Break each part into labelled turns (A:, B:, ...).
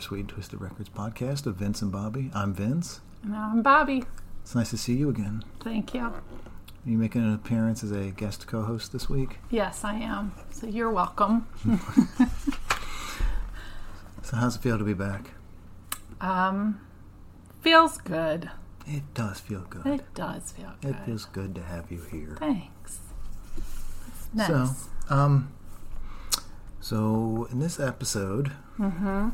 A: Swede Twisted Records podcast of Vince and Bobby. I'm Vince.
B: And I'm Um, Bobby.
A: It's nice to see you again.
B: Thank you.
A: You making an appearance as a guest co-host this week.
B: Yes, I am. So you're welcome.
A: So how's it feel to be back?
B: Um, feels good.
A: It does feel good.
B: It does feel good.
A: It feels good to have you here.
B: Thanks. That's nice.
A: So, um, so in this episode,
B: Mm-hmm.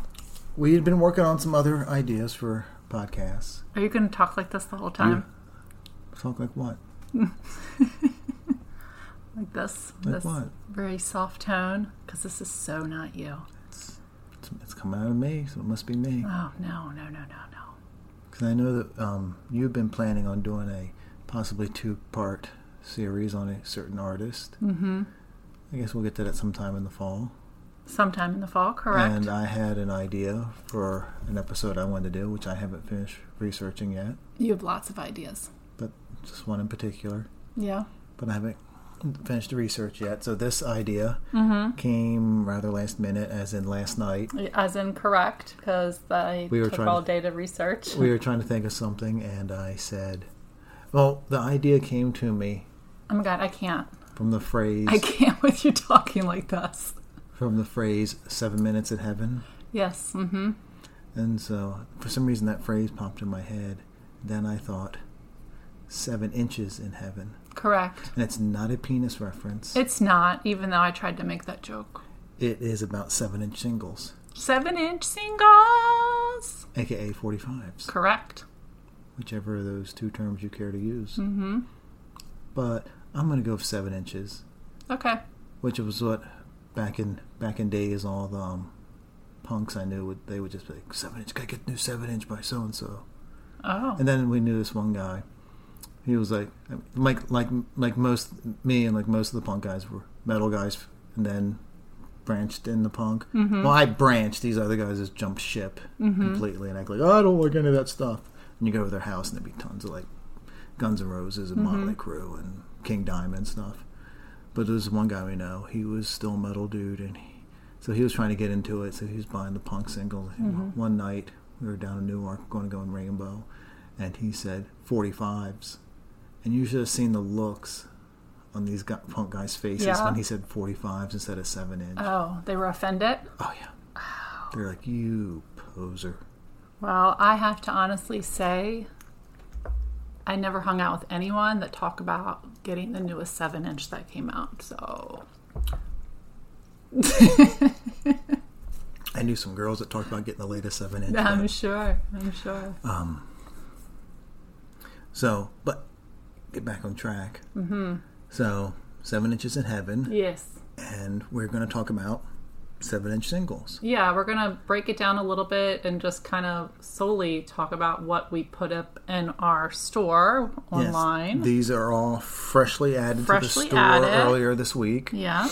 A: we had been working on some other ideas for podcasts.
B: Are you going to talk like this the whole time?
A: Talk like what?
B: Like this?
A: Like
B: this
A: what?
B: very soft tone? Because this is so not you.
A: It's, it's, it's coming out of me, so it must be me.
B: Oh, no, no, no, no, no.
A: Because I know that um, you've been planning on doing a possibly two-part series on a certain artist. Mm-hmm. I guess we'll get to that sometime in the fall.
B: Sometime in the fall, correct?
A: And I had an idea for an episode I wanted to do, which I haven't finished researching yet,
B: you have lots of ideas.
A: but just one in particular.
B: Yeah.
A: But I haven't finished the research yet. So this idea
B: Mm-hmm.
A: came rather last minute, as in last night.
B: As in correct, because I
A: We were
B: took
A: trying
B: all
A: to-
B: day to research.
A: We were trying to think of something, and I said, well, the idea came to me
B: oh my god, I can't.
A: from the phrase
B: I can't with you talking like this.
A: from the phrase seven minutes in heaven.
B: Yes. Mm-hmm.
A: And so, for some reason, that phrase popped in my head. Then I thought, seven inches in heaven.
B: Correct.
A: And it's not a penis reference.
B: It's not, even though I tried to make that joke.
A: It is about seven inch singles,
B: Seven inch singles.
A: aka 45s,
B: Correct.
A: whichever of those two terms you care to use.
B: Mm.
A: Mm-hmm. But I'm going to go with seven inches,
B: Okay.
A: which was what back in back in days all the um, punks I knew would they would just be like seven inch, gotta get the new seven inch by so and so.
B: Oh.
A: And then we knew this one guy. He was like, like, like, like most me and like most of the punk guys were metal guys, and then branched in the punk. Well, I branched. These other guys just jumped ship completely and act like, oh, I don't like any of that stuff. And you go to their house, and there'd be tons of like Guns N' Roses and Motley Crue and King Diamond stuff. But there's one guy we know. He was still a metal dude, and he, so he was trying to get into it. So he was buying the punk singles. And One night we were down in Newark, going to go in Rainbow, and he said 45s. And you should have seen the looks on these gu punk guys' faces
B: Yeah.
A: when he said 45s instead of seven inch.
B: Oh, they were offended?
A: oh yeah, they're like you poser.
B: Well, I have to honestly say, I never hung out with anyone that talked about getting the newest seven inch that came out. So,
A: I knew some girls that talked about getting the latest seven inch.
B: I'm
A: but-
B: sure. I'm sure.
A: So, but get back on track. Mm-hmm. So, seven inches in heaven,
B: Yes.
A: and we're going to talk about seven inch singles.
B: Yeah, we're going to break it down a little bit and just kind of solely talk about what we put up in our store
A: Yes,
B: online.
A: these are all freshly added to
B: Freshly
A: the store
B: added.
A: earlier this week.
B: Yeah.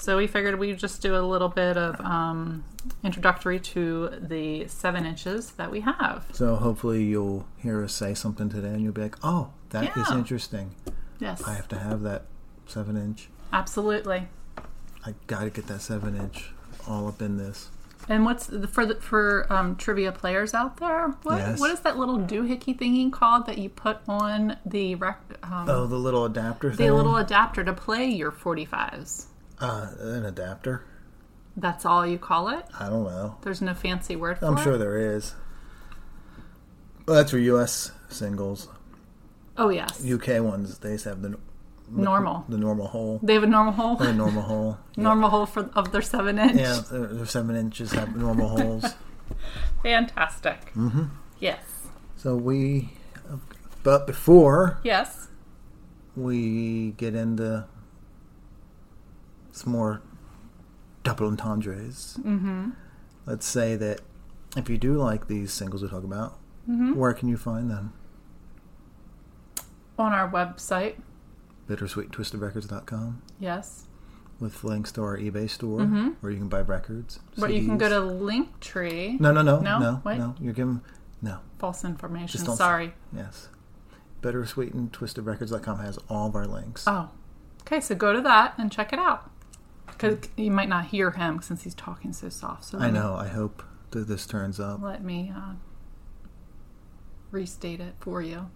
B: So we figured we'd just do a little bit of um, introductory to the seven inches that we have.
A: So, hopefully, you'll hear us say something today, and you'll be like, oh, that is
B: Yeah.
A: interesting.
B: Yes,
A: I have to have that seven inch.
B: absolutely.
A: I got to get that seven inch all up in this.
B: And what's the, for the, for um, trivia players out there? What
A: Yes.
B: what is that little doohickey thingy called that you put on the rec, um,
A: Oh, the little adapter thing.
B: the little adapter to play your forty fives?
A: uh, an adapter.
B: That's all you call it.
A: I don't know.
B: There's no fancy word for
A: I'm
B: it.
A: sure there is. Well, that's for U.S. singles.
B: Oh yes,
A: U.K. ones they just have the
B: normal.
A: the normal hole,
B: They have a normal hole,
A: the normal hole.
B: Oh. normal hole for of their seven inch.
A: Yeah, their their seven inches have normal holes.
B: Fantastic. Mm-hmm. Yes.
A: So we, but before
B: Yes.
A: we get into some more double entendres, mm-hmm. let's say that if you do like these singles we talk about,
B: Mm-hmm.
A: where can you find them?
B: On our website.
A: Bittersweettwistedrecords.com.
B: Yes.
A: with links to our eBay store where you can buy records.
B: Mm-hmm. But you can
A: CDs.
B: go to Linktree.
A: No, no, no,
B: No?
A: no, no.
B: Wait.
A: You're giving no.
B: False information.
A: Just don't-
B: Sorry.
A: Yes, bittersweet and twistedrecords.com has all of our links.
B: Oh. Okay, so go to that and check it out. Because you might not hear him since he's talking so soft. So
A: I know. I hope that this turns up.
B: Let me uh, restate it for you.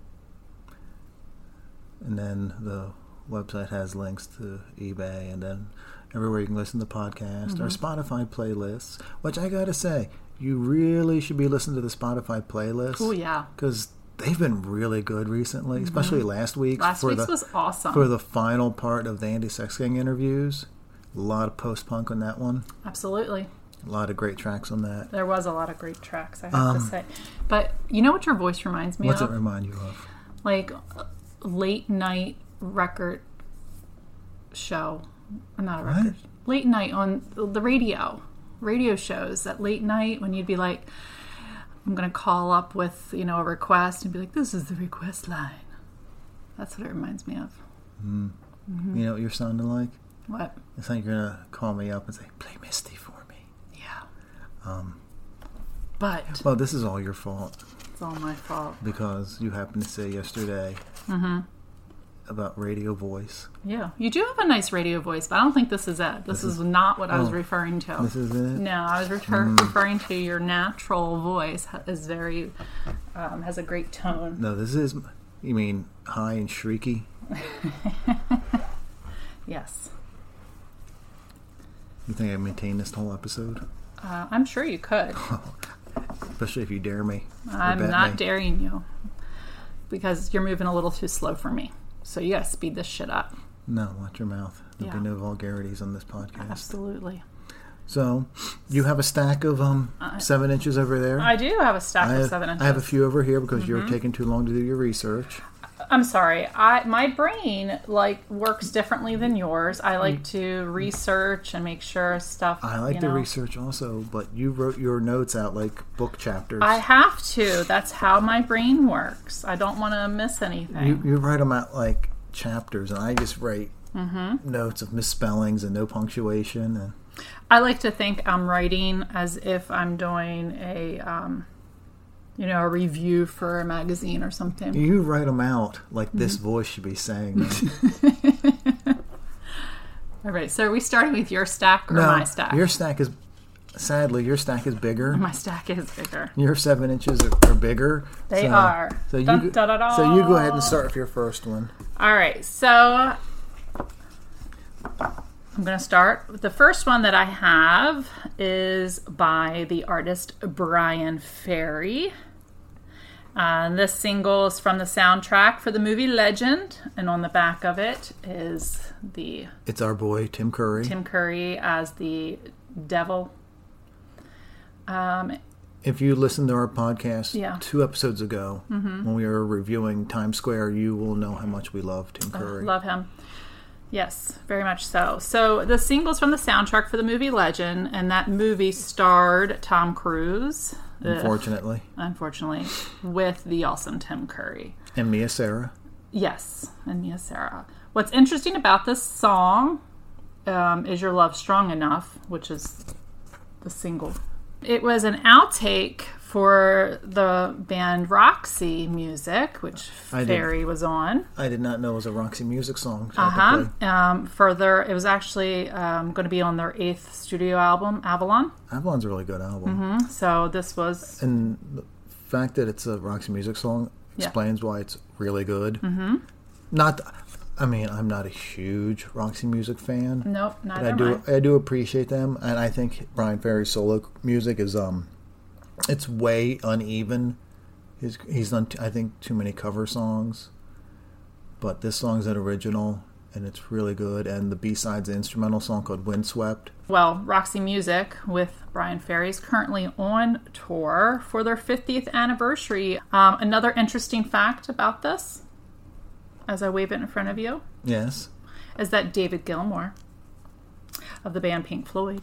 A: And then the website has links to eBay and then everywhere you can listen to podcasts or
B: Mm-hmm.
A: Spotify playlists, which I gotta say, you really should be listening to the Spotify playlists.
B: Oh yeah, Mm-hmm.
A: Because they've been really good recently, especially last week.
B: last
A: for
B: week's
A: the,
B: was awesome.
A: for the final part of the Andy Sex Gang interviews. A lot of post punk on that one.
B: Absolutely,
A: A lot of great tracks on that.
B: there was a lot of great tracks. I have to say, but you know what your voice reminds me
A: Um, What's
B: of?
A: it remind you of?
B: like uh, late night record show, or not a
A: What?
B: record, late night on the radio, radio shows at late night when you'd be like, I'm gonna call up with you know a request and be like, this is the request line. That's what it reminds me of. Mm-hmm.
A: You know what you're sounding like?
B: What?
A: It's like you're gonna call me up and say, "Play Misty for me."
B: Yeah. Um. But
A: Well, this is all your fault
B: it's all my fault.
A: because you happened to say yesterday
B: Uh-huh.
A: about radio voice.
B: Yeah, you do have a nice radio voice, but I don't think this is it. This, is, not what I was
A: Oh,
B: referring to.
A: This Hmm. is it.
B: No, I was refer- referring to your natural voice ha- is very um, has a great tone.
A: No, this is. You mean high and shrieky?
B: Yes,
A: You think I maintain this whole episode?
B: uh, I'm sure you could.
A: Especially if you dare me. or
B: I'm
A: bet
B: not
A: me.
B: daring you because you're moving a little too slow for me. So you gotta speed this shit up.
A: No, watch your mouth. There'll be
B: Yeah.
A: no vulgarities on this podcast.
B: Absolutely.
A: So, you have a stack of um seven inches over there.
B: Uh, I do have a stack
A: I
B: of
A: have,
B: seven
A: I
B: inches. Mm-hmm.
A: have a few over here because you're taking too long to do your research.
B: I'm sorry. I my brain like works differently than yours. I like to research and make sure stuff.
A: Hmm. I like
B: you
A: the
B: know.
A: research also, but you wrote your notes out like book chapters.
B: I have to. That's how my brain works. I don't want to miss anything.
A: you, you write them out like chapters, and I just write
B: Mm-hmm.
A: notes of misspellings and no punctuation. And
B: I like to think I'm writing as if I'm doing a, um, you know, a review for a magazine or something.
A: you write them out like this
B: Mm-hmm.
A: voice should be saying. them.
B: All right. So are we starting with your stack or my stack? Mm-hmm.
A: your stack is sadly your stack is bigger.
B: my stack is bigger.
A: Your seven inches are, are bigger.
B: They
A: so-
B: are.
A: So you,
B: Dun,
A: go-
B: dun, dun, dun.
A: so you go ahead and start with your first one.
B: All right. So I'm going to start. with The first one that I have is by the artist Brian Ferry. Uh, this single is from the soundtrack for the movie Legend, and on the back of it is the
A: It's our boy Tim Curry.
B: Tim Curry as the devil. Um,
A: if you listened to our podcast
B: Yeah. Mm-hmm.
A: two episodes ago when we were reviewing Times Square, you will know how much we love Tim Curry.
B: Love him. Yes, very much so. So the singles from the soundtrack for the movie Legend, and that movie starred Tom Cruise, Uh, Ugh,
A: unfortunately,
B: unfortunately, with the awesome Tim Curry.
A: and Mia Sarah.
B: Yes, and Mia Sarah. What's interesting about this song um, is Your Love Strong Enough, which is the single. It was an outtake for the band Roxy Music, which
A: I did.
B: Ferry was on.
A: I did not know it was a Roxy Music song.
B: Uh-huh.
A: technically.
B: Um, further, it was actually um, going to be on their eighth studio album, Avalon.
A: Avalon's a really good album.
B: Mm-hmm. So this was
A: And the fact that it's a Roxy Music song
B: Yeah.
A: explains why it's really good. Mm-hmm. Not, I mean, I'm not a huge Roxy Music fan.
B: nope,
A: But I
B: neither
A: do
B: Mm, mind.
A: I do appreciate them, and I think Brian Ferry's solo music is um, it's way uneven. He's he's done t- I think too many cover songs, but this song's an original and it's really good. And the B side's an instrumental song called "Windswept."
B: Well, Roxy Music with Brian Ferry is currently on tour for their 50th anniversary. Um, another interesting fact about this, as I wave it in front of you,
A: Yes,
B: is that David Gilmour of the band Pink Floyd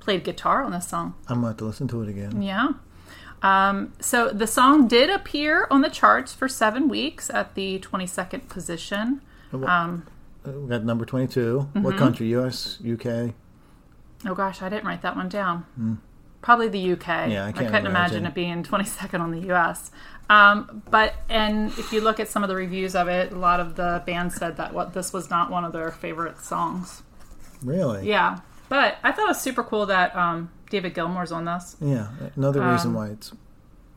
B: played guitar on this song.
A: I'm about to listen to it again.
B: Yeah. Um, so the song did appear on the charts for seven weeks at the 22nd position.
A: Uh,
B: Mm-hmm.
A: We got number 22 What country? U.S., U.K.
B: Oh gosh, I didn't write that one down. Probably the UK.
A: Hmm. Yeah, I can't
B: couldn't
A: imagine.
B: imagine. it being 22nd on the US. Um, but and if you look at some of the reviews of it, a lot of the bands said that what this was not one of their favorite songs.
A: Really?
B: Yeah, but I thought it was super cool that um, David Gilmour's on this.
A: Yeah, another reason why it's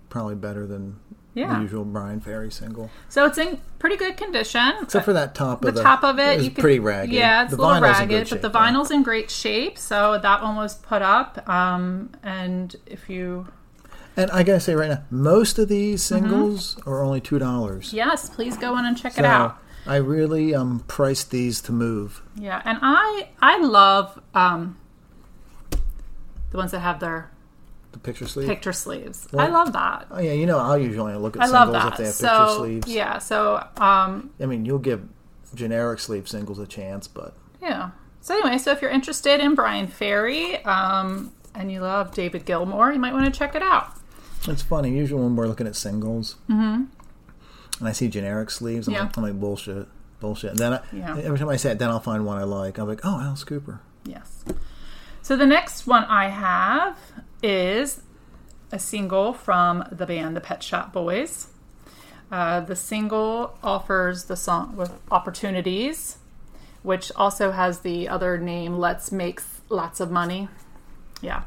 A: probably better than
B: Um, Yeah.
A: the usual Brian Ferry single.
B: So it's in pretty good condition.
A: Except for that top
B: the
A: of the
B: top of it,
A: is
B: you could-
A: pretty ragged.
B: Yeah, it's
A: the
B: a little
A: vinyl's in good
B: ragged,
A: shape,
B: but the
A: though.
B: vinyl's in great shape, so that one was put up. Um, and if you,
A: And I gotta say right now, most of these singles are only two dollars.
B: yes, please go in and Mm-hmm. check it out.
A: I really um priced these to move.
B: Yeah, and I I love um, the ones that have their
A: The picture sleeve.
B: picture sleeves. I
A: Well,
B: love that.
A: oh yeah, you know I'll usually only look at
B: I love
A: singles
B: that.
A: if they have picture
B: so
A: sleeves.
B: yeah, so um,
A: I mean, you'll give generic sleeve singles a chance, but
B: yeah. So anyway, so if you're interested in Brian Ferry um, and you love David Gilmour, you might want to check it out.
A: it's funny. Usually when we're looking at singles, and I see generic sleeves, I'm,
B: Mm-hmm. Yeah.
A: like, I'm like bullshit, bullshit. And then I,
B: Yeah.
A: every time I say it, then I'll find one I like. I'm like, oh, Alice Cooper.
B: Yes. So the next one I have is a single from the band The Pet Shop Boys. Uh, the single offers the song with opportunities, which also has the other name "Let's Make Lots of Money." Yeah,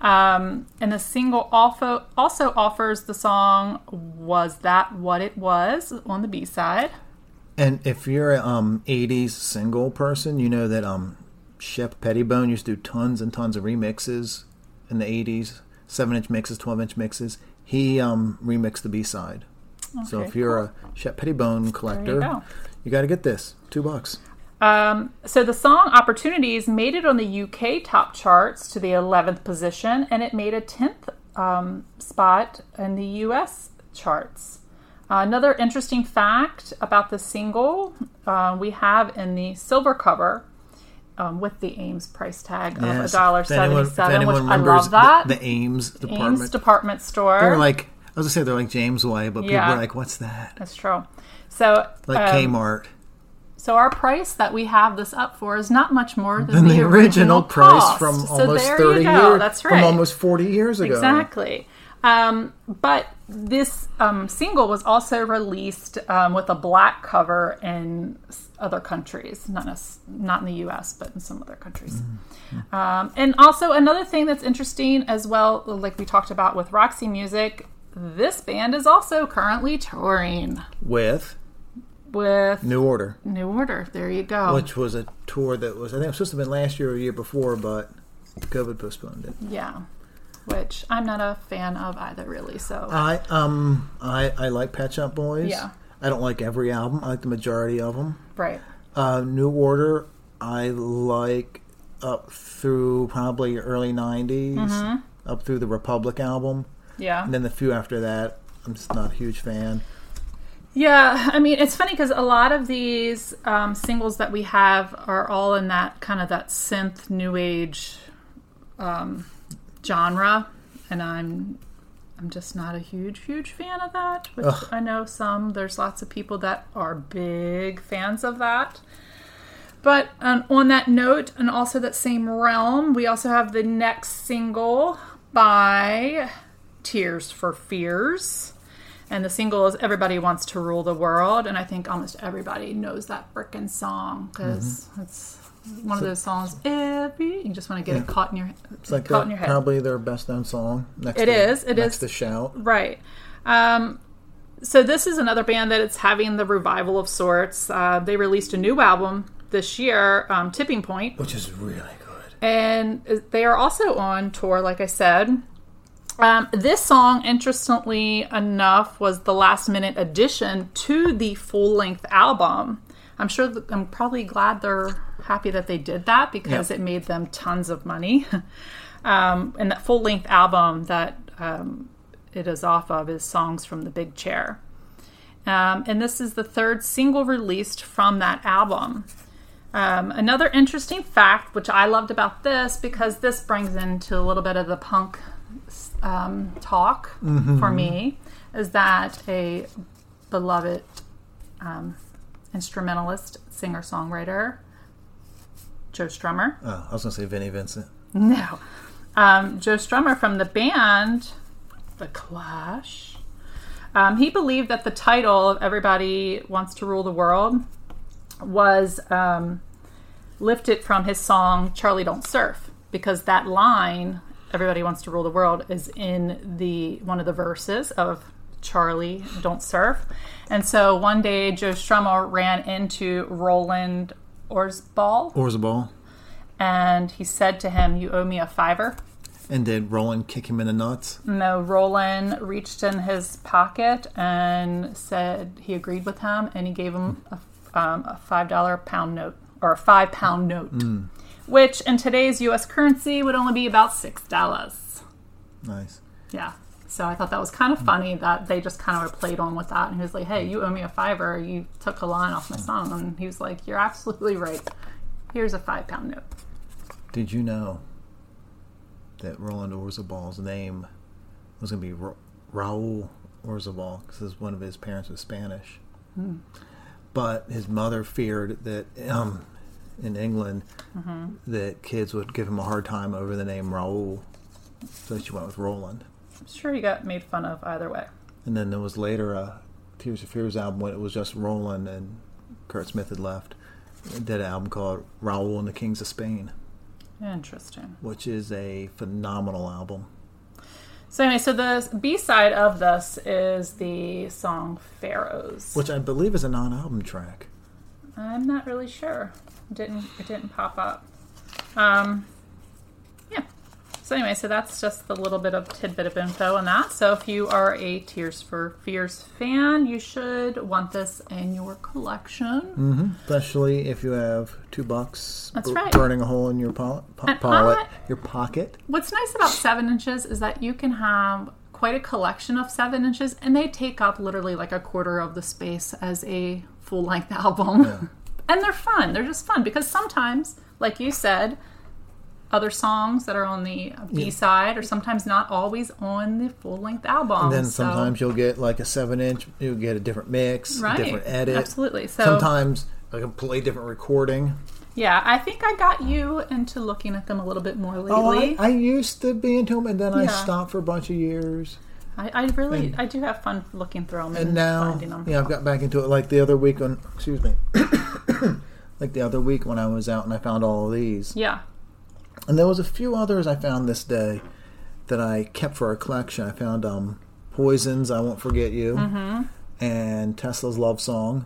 B: um, and the single also also offers the song "Was That What It Was" on the B side.
A: And if you're a um, 80s single person, you know that um, Shep Pettibone used to do tons and tons of remixes in the 80s 7 inch mixes, 12 inch mixes. He um, remixed the B side. so
B: Okay,
A: if you're a Shep Pettibone collector,
B: go.
A: you got to get this. Two bucks.
B: Um, so the song Opportunities made it on the UK top charts to the 11th position, and it made a 10th um, spot in the US charts. Uh, another interesting fact about the single uh, we have in the silver cover um, with the Ames price tag
A: Yes.
B: of $1.77,
A: If anyone- if anyone
B: which I
A: remembers
B: love that.
A: The, the Ames department.
B: Ames department store.
A: they're like, I was going to say they're like James Way, but people
B: Yeah. Um,
A: are like, what's that?
B: That's true. So,
A: Like
B: um,
A: Kmart.
B: So our price that we have this up for is not much more than,
A: And the original price
B: cost.
A: from
B: So
A: almost
B: there you
A: 30
B: go.
A: years
B: That's right.
A: from almost 40 years ago.
B: exactly. Um, but this um, single was also released um, with a black cover in s- other countries, not us, not in the U.S., but in some other countries.
A: Mm-hmm.
B: Um, and also another thing that's interesting as well, like we talked about with Roxy Music, this band is also currently touring
A: With
B: with
A: New Order.
B: New Order. There you go.
A: which was a tour that was I think it was supposed to have been last year or a year before, but COVID postponed it.
B: Yeah. Which I'm not a fan of either, really. So,
A: I um I I like Pet Shop Boys.
B: Yeah.
A: I don't like every album. I like the majority of them.
B: right.
A: Uh, New Order, I like up through probably early '90s,
B: Mm-hmm.
A: up through the Republic album,
B: Yeah.
A: and then the few after that. I'm just not a huge fan.
B: Yeah. I mean, it's funny because a lot of these um, singles that we have are all in that kind of that synth new age um, genre. And I'm. I'm just not a huge, huge fan of that. Which I know some. There's lots of people that are big fans of that. But um, on that note, and also that same realm, we also have the next single by Tears for Fears. And the single is Everybody Wants to Rule the World. And I think almost everybody knows that frickin' song because
A: Mm-hmm.
B: it's one of those songs, every, you just want to get it caught in your,
A: It's like
B: caught
A: their,
B: in your head.
A: probably their best known song. Next
B: It
A: to,
B: is, it
A: next to
B: is.
A: shout.
B: Right. Um, so this is another band that it's having the revival of sorts. Uh, they released a new album this year, um, Tipping Point.
A: which is really good.
B: and they are also on tour like i said um, this song interestingly enough was the last minute addition to the full length album i'm sure th- i'm probably glad they're happy that they did that because
A: Yeah.
B: it made them tons of money um, and that full length album that um, it is off of is songs from the big chair um, and this is the third single released from that album um, another interesting fact, which I loved about this, because this brings into a little bit of the punk um, talk for me, is that a beloved um, instrumentalist, singer songwriter, Joe Strummer.
A: Oh, I was gonna say Vinnie Vincent.
B: No. Um, Joe Strummer from the band The Clash. Um, he believed that the title of Everybody Wants to Rule the World was um, lifted from his song Charlie Don't Surf because that line Everybody Wants to Rule the World is in the one of the verses of Charlie Don't Surf. And so one day Joe Strummer ran into Roland Orzbal
A: Or was a ball?
B: and he said to him, You owe me a fiver.
A: And did Roland kick him in the nuts?
B: No, Roland reached in his pocket and said he agreed with him, and he gave him a, um, a five dollar pound note or a five pound note, which in today's U.S. currency would only be about six dollars.
A: Nice.
B: Yeah. So I thought that was kind of funny that they just kind of played on with that, and he was like, "Hey, you owe me a fiver. You took a line off my song," and he was like, "You're absolutely right. Here's a five pound note."
A: Did you know that Roland Orzaball's name was going to be Ra- Raul Orzabal because one of his parents was Spanish? But his mother feared that um, in England that kids would give him a hard time over the name Raul, so she went with Roland.
B: I'm sure he got made fun of either way.
A: And then there was later a Tears for Fears album when it was just Roland and Kurt Smith had left. Did an album called Raul and the Kings of Spain,
B: Interesting.
A: which is a phenomenal album.
B: So anyway, so the B side of this is the song "Pharaohs."
A: which I believe is a non-album track.
B: I'm not really sure. It didn't it didn't pop up? Um, yeah. So anyway, so that's just the little bit of tidbit of info on that. So if you are a Tears for Fears fan, you should want this in your collection.
A: Especially if you have two bucks
B: That's
A: b-
B: right.
A: burning a hole in your pol- po-
B: And
A: pollet,
B: I-
A: your pocket.
B: What's nice about seven inches is that you can have quite a collection of seven inches, and they take up literally like a quarter of the space as a full length album. and they're fun. They're just fun because sometimes, like you said, other songs that are on the B side are sometimes not always on the full length album.
A: And then
B: So-
A: sometimes you'll get like a seven-inch. You'll get a different mix,
B: right,
A: a different edit.
B: Absolutely. So
A: Sometimes a completely different recording.
B: yeah, I think I got you into looking at them a little bit more lately.
A: Oh, I, I used to be into them, and then I
B: Yeah.
A: stopped for a bunch of years.
B: I, I really, I do have fun looking through them and,
A: And now,
B: Mm, finding them.
A: yeah, I've got back into it. Like the other week on, excuse me, like the other week when I was out and I found all of these.
B: yeah.
A: And there was a few others I found this day that I kept for a collection. I found um, Poison's "I Won't Forget You"
B: Mm-hmm.
A: and Tesla's "Love Song,"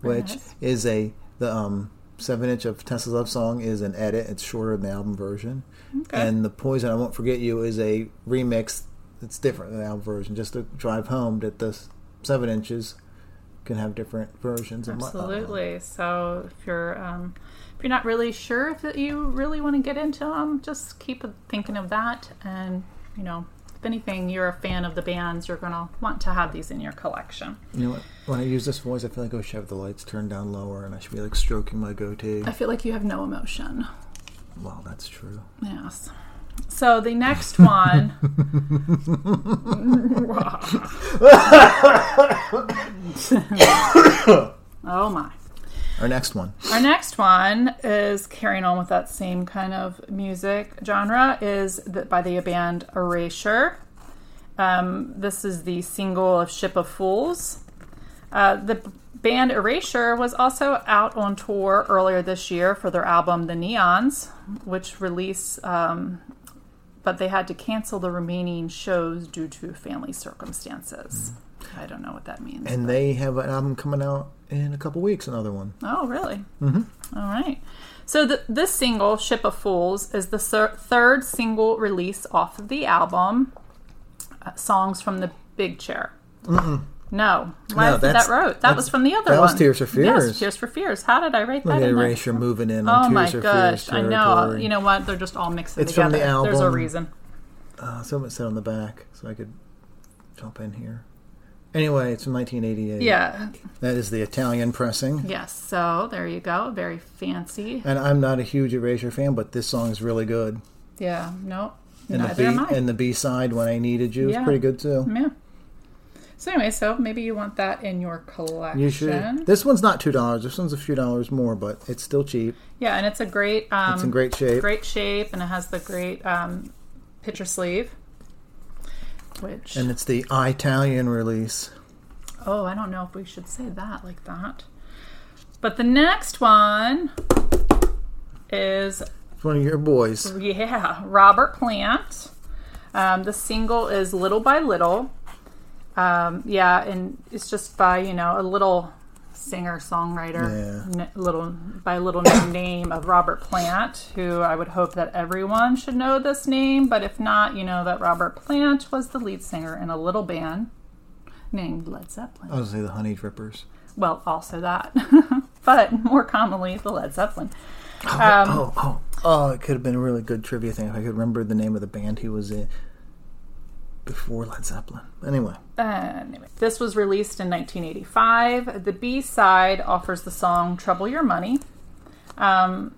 A: which
B: nice.
A: is a the um, seven inch of Tesla's "Love Song" is an edit. It's shorter than the album version, and the Poison "I Won't Forget You" is a remix. that's different than the album version. Just to drive home that the s- seven inches can have different versions. and whatnot.
B: Absolutely. So if you're um, if you're not really sure if that you really want to get into them, just keep thinking of that. And you know, if anything, you're a fan of the bands, you're gonna want to have these in your collection.
A: You know what? When I use this voice, I feel like I should have the lights turned down lower, and I should be like stroking my goatee.
B: I feel like you have no emotion.
A: Wow, that's true.
B: Yes. So the next one. oh my.
A: Our next one.
B: Our next one is carrying on with that same kind of music genre is the, by the band Erasure. Um, this is the single of Ship of Fools. Uh, the b- band Erasure was also out on tour earlier this year for their album The Neons, which release, um, but they had to cancel the remaining shows due to family circumstances. I don't know what that means.
A: And they have an album coming out in a couple weeks, another one.
B: Oh, really? Mm-hmm. right. So th this single, "Ship of Fools," is the thir- third single release off of the album. Uh, songs from the Big Chair. Mm-mm. No,
A: No,
B: why is it
A: that's-
B: that wrote? That
A: that's-
B: was from the other
A: that
B: one.
A: was Tears for
B: Yes,
A: Fears.
B: Tears for Fears. How did I write
A: Look
B: that?
A: at
B: in there?
A: Erasure moving in
B: Oh
A: on
B: my
A: Tears or Fears
B: gosh! I know.
A: territory.
B: You know what? They're just all mixed
A: It's from
B: together.
A: the
B: There's a
A: album.
B: reason.
A: Uh, someone said on the back, so I could jump in here. Anyway, it's from 1988.
B: Yeah.
A: That is the Italian pressing.
B: Yes. So there you go. Very fancy.
A: And I'm not a huge Erasure fan, but this song is really good.
B: Yeah. No.
A: And
B: Neither am
A: the
B: I.
A: B and the B side, "When I Needed You,"
B: Yeah.
A: is pretty good too.
B: Yeah. So anyway, so maybe you want that in your collection.
A: You should. This one's not two dollars. This one's a few dollars more, but it's still cheap.
B: Yeah, and it's a great um
A: It's in great shape.
B: great shape and it has the great um picture sleeve. Which
A: And it's the Italian release.
B: oh, I don't know if we should say that like that. But the next one is
A: It's one of your boys.
B: Yeah, Robert Plant. Um, the single is Little by Little. Um, yeah, and it's just by, you know, a little singer songwriter,
A: Yeah.
B: n- little by little known name of Robert Plant, who I would hope that everyone should know this name, but if not, you know that Robert Plant was the lead singer in a little band named Led Zeppelin.
A: I would say the Honey Drippers.
B: Well, also that, but more commonly the Led Zeppelin. Um,
A: oh, oh, oh! It could have been a really good trivia thing if I could remember the name of the band he was in before Led Zeppelin. Anyway,
B: Uh, anyway, this was released in 1985. The B side offers the song "Trouble Your Money." Um,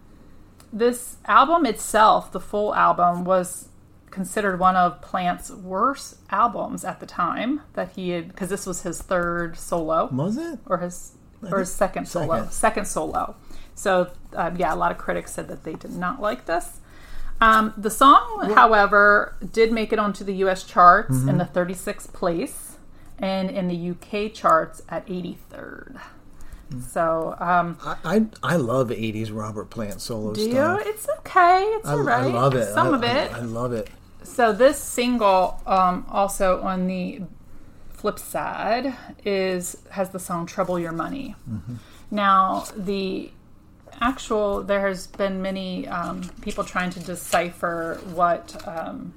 B: this album itself, the full album, was considered one of Plant's worst albums at the time that he had, because this was his third solo
A: was it?
B: or his or his second solo,
A: second.
B: second solo. So um, yeah, a lot of critics said that they did not like this. Um, the song, however, did make it onto the U.S. charts
A: Mm-hmm.
B: in the 36th place, and in the U.K. charts at 83rd.
A: Mm.
B: So um,
A: I I, I love '80s Robert Plant solo
B: do you?
A: stuff.
B: It's okay. It's
A: I,
B: all right.
A: I love it.
B: Some
A: I-
B: of
A: I-
B: it.
A: I, love it.
B: So this single, um, also on the flip side, is has the song "Trouble Your Money."
A: Mm-hmm.
B: Now the actual there has been many um, people trying to decipher what um,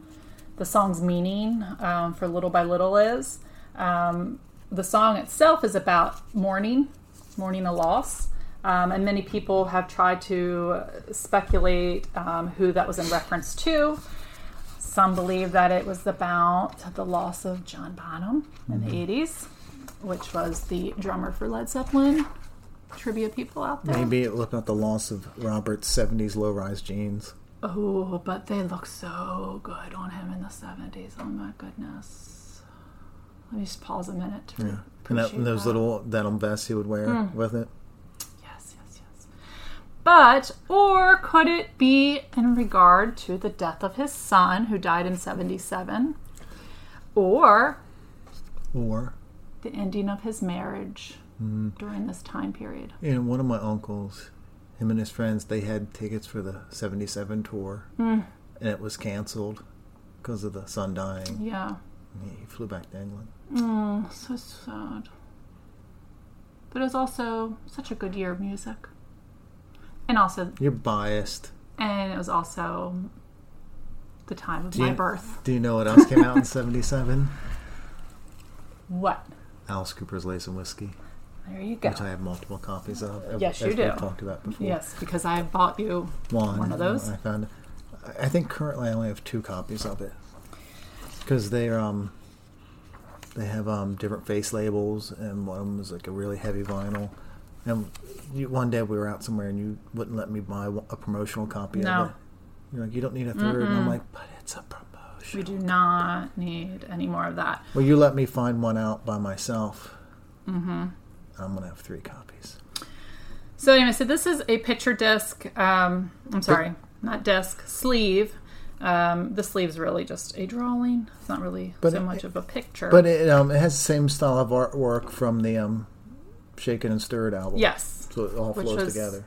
B: the song's meaning um, for "Little by Little" is. Um, the song itself is about mourning, mourning a loss. Um, and many people have tried to speculate um, who that was in reference to. Some believe that it was about the loss of John Bonham in the 80s, which was the drummer for Led Zeppelin. Trivia people out there.
A: Maybe it was about the loss of Robert's '70s low-rise jeans.
B: Oh, but they look so good on him in the 70s. Oh my goodness. Let me just pause a minute. To yeah.
A: And, that, and those little denim vests he would wear
B: Hmm.
A: with it.
B: Yes, yes, yes. But, or could it be in regard to the death of his son who died in 77? Or
A: Or
B: the ending of his marriage during this time period?
A: you know, one of my uncles, him and his friends, they had tickets for the '77 tour,
B: Hmm.
A: and it was canceled because of the son dying.
B: Yeah.
A: He flew back to England.
B: So sad. But it was also such a good year of music. And also
A: You're biased.
B: and it was also the time of
A: Do
B: my
A: you-
B: birth.
A: Do you know what else came out in '77?
B: What?
A: Alice Cooper's Lace and Whiskey,
B: There you go.
A: which I have multiple copies of. as-
B: Yes, you
A: as
B: do.
A: We've talked about before.
B: Yes, because I bought you.
A: one,
B: One of those?
A: I found. it. I- I think currently I only have two copies of it because they're um they have um different face labels and one of them is like a really heavy vinyl. And you, one day we were out somewhere and you wouldn't let me buy one- a promotional copy
B: No.
A: of it. You're like, you don't need a 3rd and I'm like, but it's a promotion.
B: We do not need any more of that.
A: Well, you let me find one out by myself. Mm-hmm. I'm gonna have three copies.
B: So anyway, so this is a picture disc. Um, I'm sorry, not disc sleeve. Um, the sleeve's really just a drawing. It's not really
A: But
B: so
A: it-
B: much of a picture.
A: But it um it has the same style of artwork from the um Shaken and Stirred album.
B: yes,
A: so it all
B: Which
A: flows
B: was- uh,
A: together.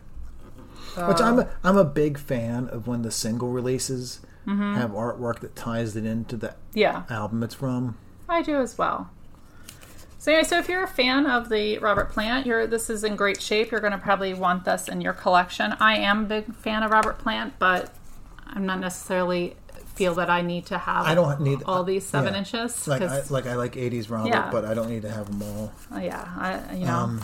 A: Which I'm a, I'm a big fan of when the single releases
B: Mm-hmm.
A: have artwork that ties it into the
B: yeah,
A: album it's from.
B: I do as well. So anyway, so if you're a fan of the Robert Plant, you're this is in great shape. You're going to probably want this in your collection. I am a big fan of Robert Plant, but I'm not necessarily feel that I need to have
A: I don't need
B: all these seven
A: yeah.
B: inches.
A: Like
B: 'cause-
A: I, like I like 80s Robert,
B: Yeah.
A: but I don't need to have them all.
B: yeah, I you know.
A: Um,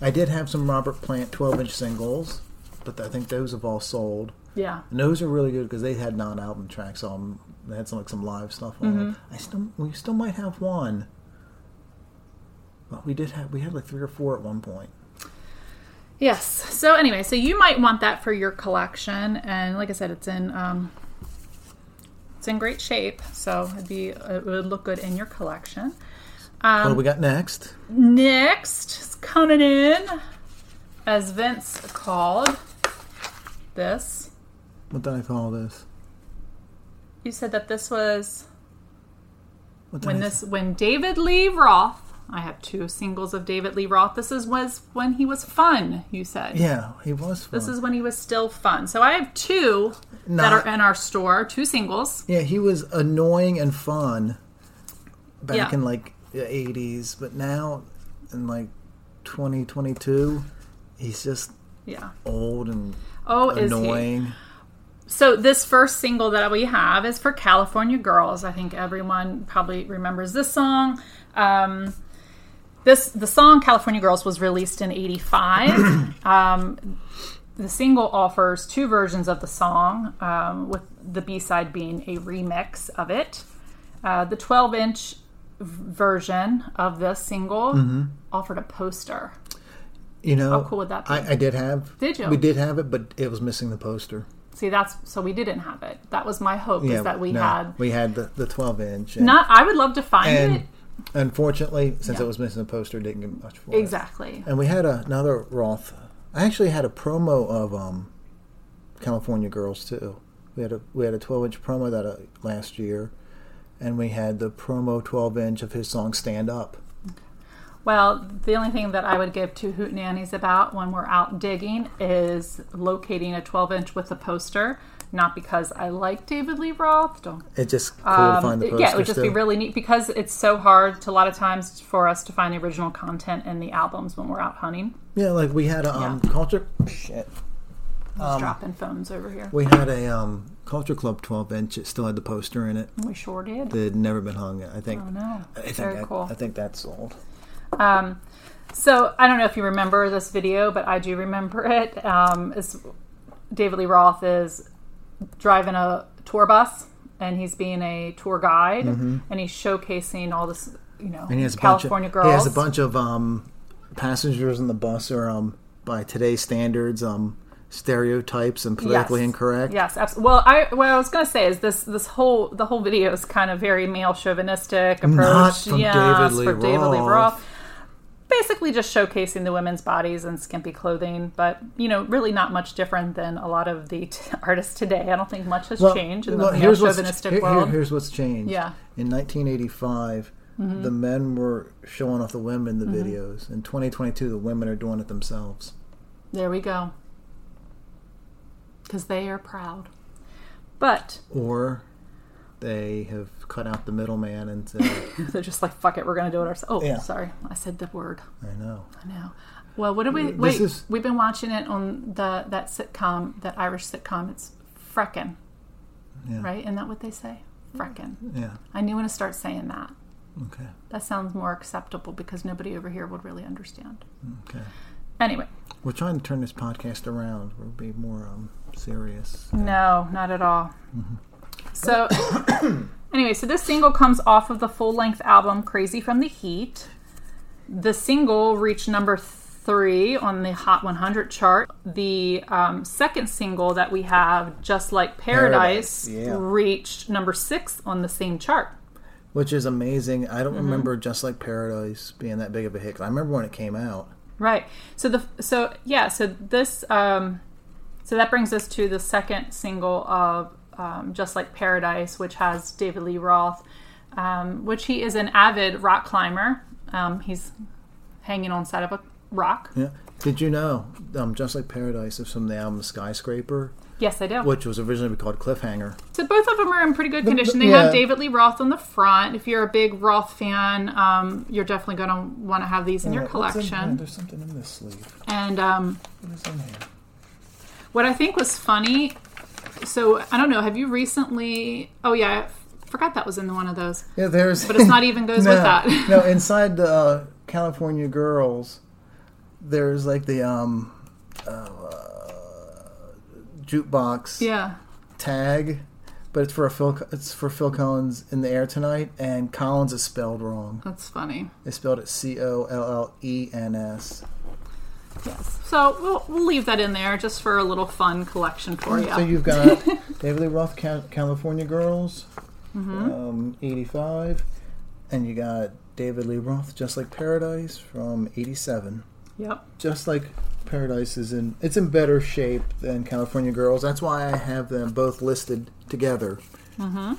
A: I did have some Robert Plant 12 inch singles, but I think those have all sold.
B: yeah.
A: And those are really good because they had non-album tracks on. 'em. They had some like some live stuff on. 'em.
B: Mm-hmm.
A: I still we still might have one. Well, we did have we had like three or four at one point.
B: Yes. So anyway, so you might want that for your collection and like I said it's in um it's in great shape, so it'd be it would look good in your collection.
A: what
B: Um,
A: do we got next?
B: Next is coming in as Vince called this.
A: What did I call this?
B: You said that this was
A: What did
B: when
A: I-
B: this when David Lee Roth I have two singles of David Lee Roth. This is was when he was fun, you said.
A: Yeah, he was. Fun.
B: This is when he was still fun. So I have two that
A: Not-
B: are in our store, two singles.
A: Yeah, he was annoying and fun back
B: Yeah.
A: in like the 80s, but now in like 2022, he's just
B: Yeah.
A: old and
B: Oh, is he?
A: annoying.
B: So this first single that we have is for California Girls. I think everyone probably remembers this song. Um, this the song California Girls was released in '85. um, the single offers two versions of the song, um, with the B side being a remix of it. Uh, the 12 inch version of this single
A: Mm-hmm.
B: offered a poster.
A: You know,
B: How cool would that be?
A: I, I did have.
B: Did you?
A: We did have it, but it was missing the poster.
B: See, that's so we didn't have it. That was my hope is that we
A: no,
B: had.
A: we had the, the 12 inch. And,
B: Not, I would love to find it.
A: and unfortunately, since
B: Yeah.
A: it was missing the poster, it didn't get much for it.
B: Exactly.
A: And we had another Roth. I actually had a promo of um, California Girls too. We had a we had a 12 inch promo that uh, last year, and we had the promo 12 inch of his song Stand Up.
B: Well, the only thing that I would give to hoot nannies about when we're out digging is locating a 12 inch with a poster. Not because I like David Lee Roth. Don't.
A: It's just cool to find the
B: it-
A: poster.
B: Um, yeah, it would just be
A: still.
B: really neat because it's so hard to a lot of times for us to find the original content in the albums when we're out hunting.
A: Yeah, like we had a um, culture. Shit,
B: Just
A: Um,
B: dropping phones over here.
A: we had a um, culture club 12 inch. It still had the poster in it.
B: We sure did.
A: It had never been hung. I think.
B: I know.
A: I think
B: Oh, Very
A: that,
B: cool.
A: I think that's sold.
B: Um, so I don't know if you remember this video, but I do remember it. Um, it's David Lee Roth is driving a tour bus, and he's being a tour guide, and he's showcasing all this, you know,
A: Mm-hmm. And he has a bunch
B: California
A: of,
B: girls.
A: He has a bunch of um, passengers in the bus are um, by today's standards um, stereotypes and politically
B: Yes.
A: incorrect.
B: Yes, absolutely. Well, I what I was going to say is this this whole the whole video is kind of very male chauvinistic approach.
A: Not from
B: yes,
A: David Lee
B: for David Lee
A: Roth.
B: Roth. Basically, just showcasing the women's bodies and skimpy clothing, but you know, really not much different than a lot of the t- artists today. I don't think much has
A: Well,
B: changed in
A: well,
B: the male
A: what's-
B: chauvinistic
A: here- here-
B: world.
A: here's what's changed.
B: Yeah. Mm-hmm.
A: In 1985, the men were showing off the women in the videos. In 2022, the women are doing it themselves.
B: There we go. Because they are proud, but
A: Or they have cut out the middleman and said,
B: they're just like, "Fuck it, we're going to do it ourselves." Oh,
A: Yeah.
B: sorry, I said the word.
A: I know.
B: No. Well, what do we wait?
A: is-
B: We've been watching it on the that sitcom, that Irish sitcom. It's freckin',
A: Yeah.
B: right? Isn't that what they say? Freckin'.
A: Yeah.
B: I knew when to start saying that.
A: Okay.
B: That sounds more acceptable because nobody over here would really understand.
A: Okay.
B: Anyway,
A: We're trying to turn this podcast around. We'll be more um, serious.
B: no, not at all. So, anyway, so this single comes off of the full length album Crazy from the Heat. The single reached number three on the Hot 100 chart. The um, second single that we have, Just Like
A: Paradise,
B: Paradise,
A: yeah.
B: reached number six on the same chart.
A: which is amazing. I
B: Mm-hmm.
A: don't remember just like Paradise being that big of a hit. 'cause I remember when it came out.
B: Right. So the so yeah. So this um, so that brings us to the second single of um, "Just Like Paradise," which has David Lee Roth, um, which he is an avid rock climber. Um, he's hanging on side of a rock.
A: Yeah. Did you know um, just like Paradise is from the album Skyscraper,
B: Yes, I do.
A: which was originally called Cliffhanger?
B: So both of them are in pretty good condition. They
A: yeah.
B: have David Lee Roth on the front. If you're a big Roth fan, um, you're definitely going to want to have these in your collection.
A: there's something in this sleeve.
B: And um,
A: What is in here?
B: What I think was funny, so I don't know. Have you recently? Oh yeah, I f- forgot that was in one of those.
A: Yeah, there's.
B: But it's not even goes
A: no,
B: with that.
A: no, inside the uh, California Girls, there's like the um, uh, jukebox.
B: Yeah,
A: tag, but it's for a Phil. It's for Phil Collins in the air tonight, and Collins is spelled wrong.
B: that's funny.
A: They spelled it C O L L E N S.
B: Yes. So we'll, we'll leave that in there just for a little fun collection for you.
A: So you've got David Lee Roth, Cal- California Girls, um, '85, and you got David Lee Roth, Just Like Paradise from '87.
B: yep.
A: Just like Paradise is in, it's in better shape than California Girls. That's why I have them both listed together.
B: Um,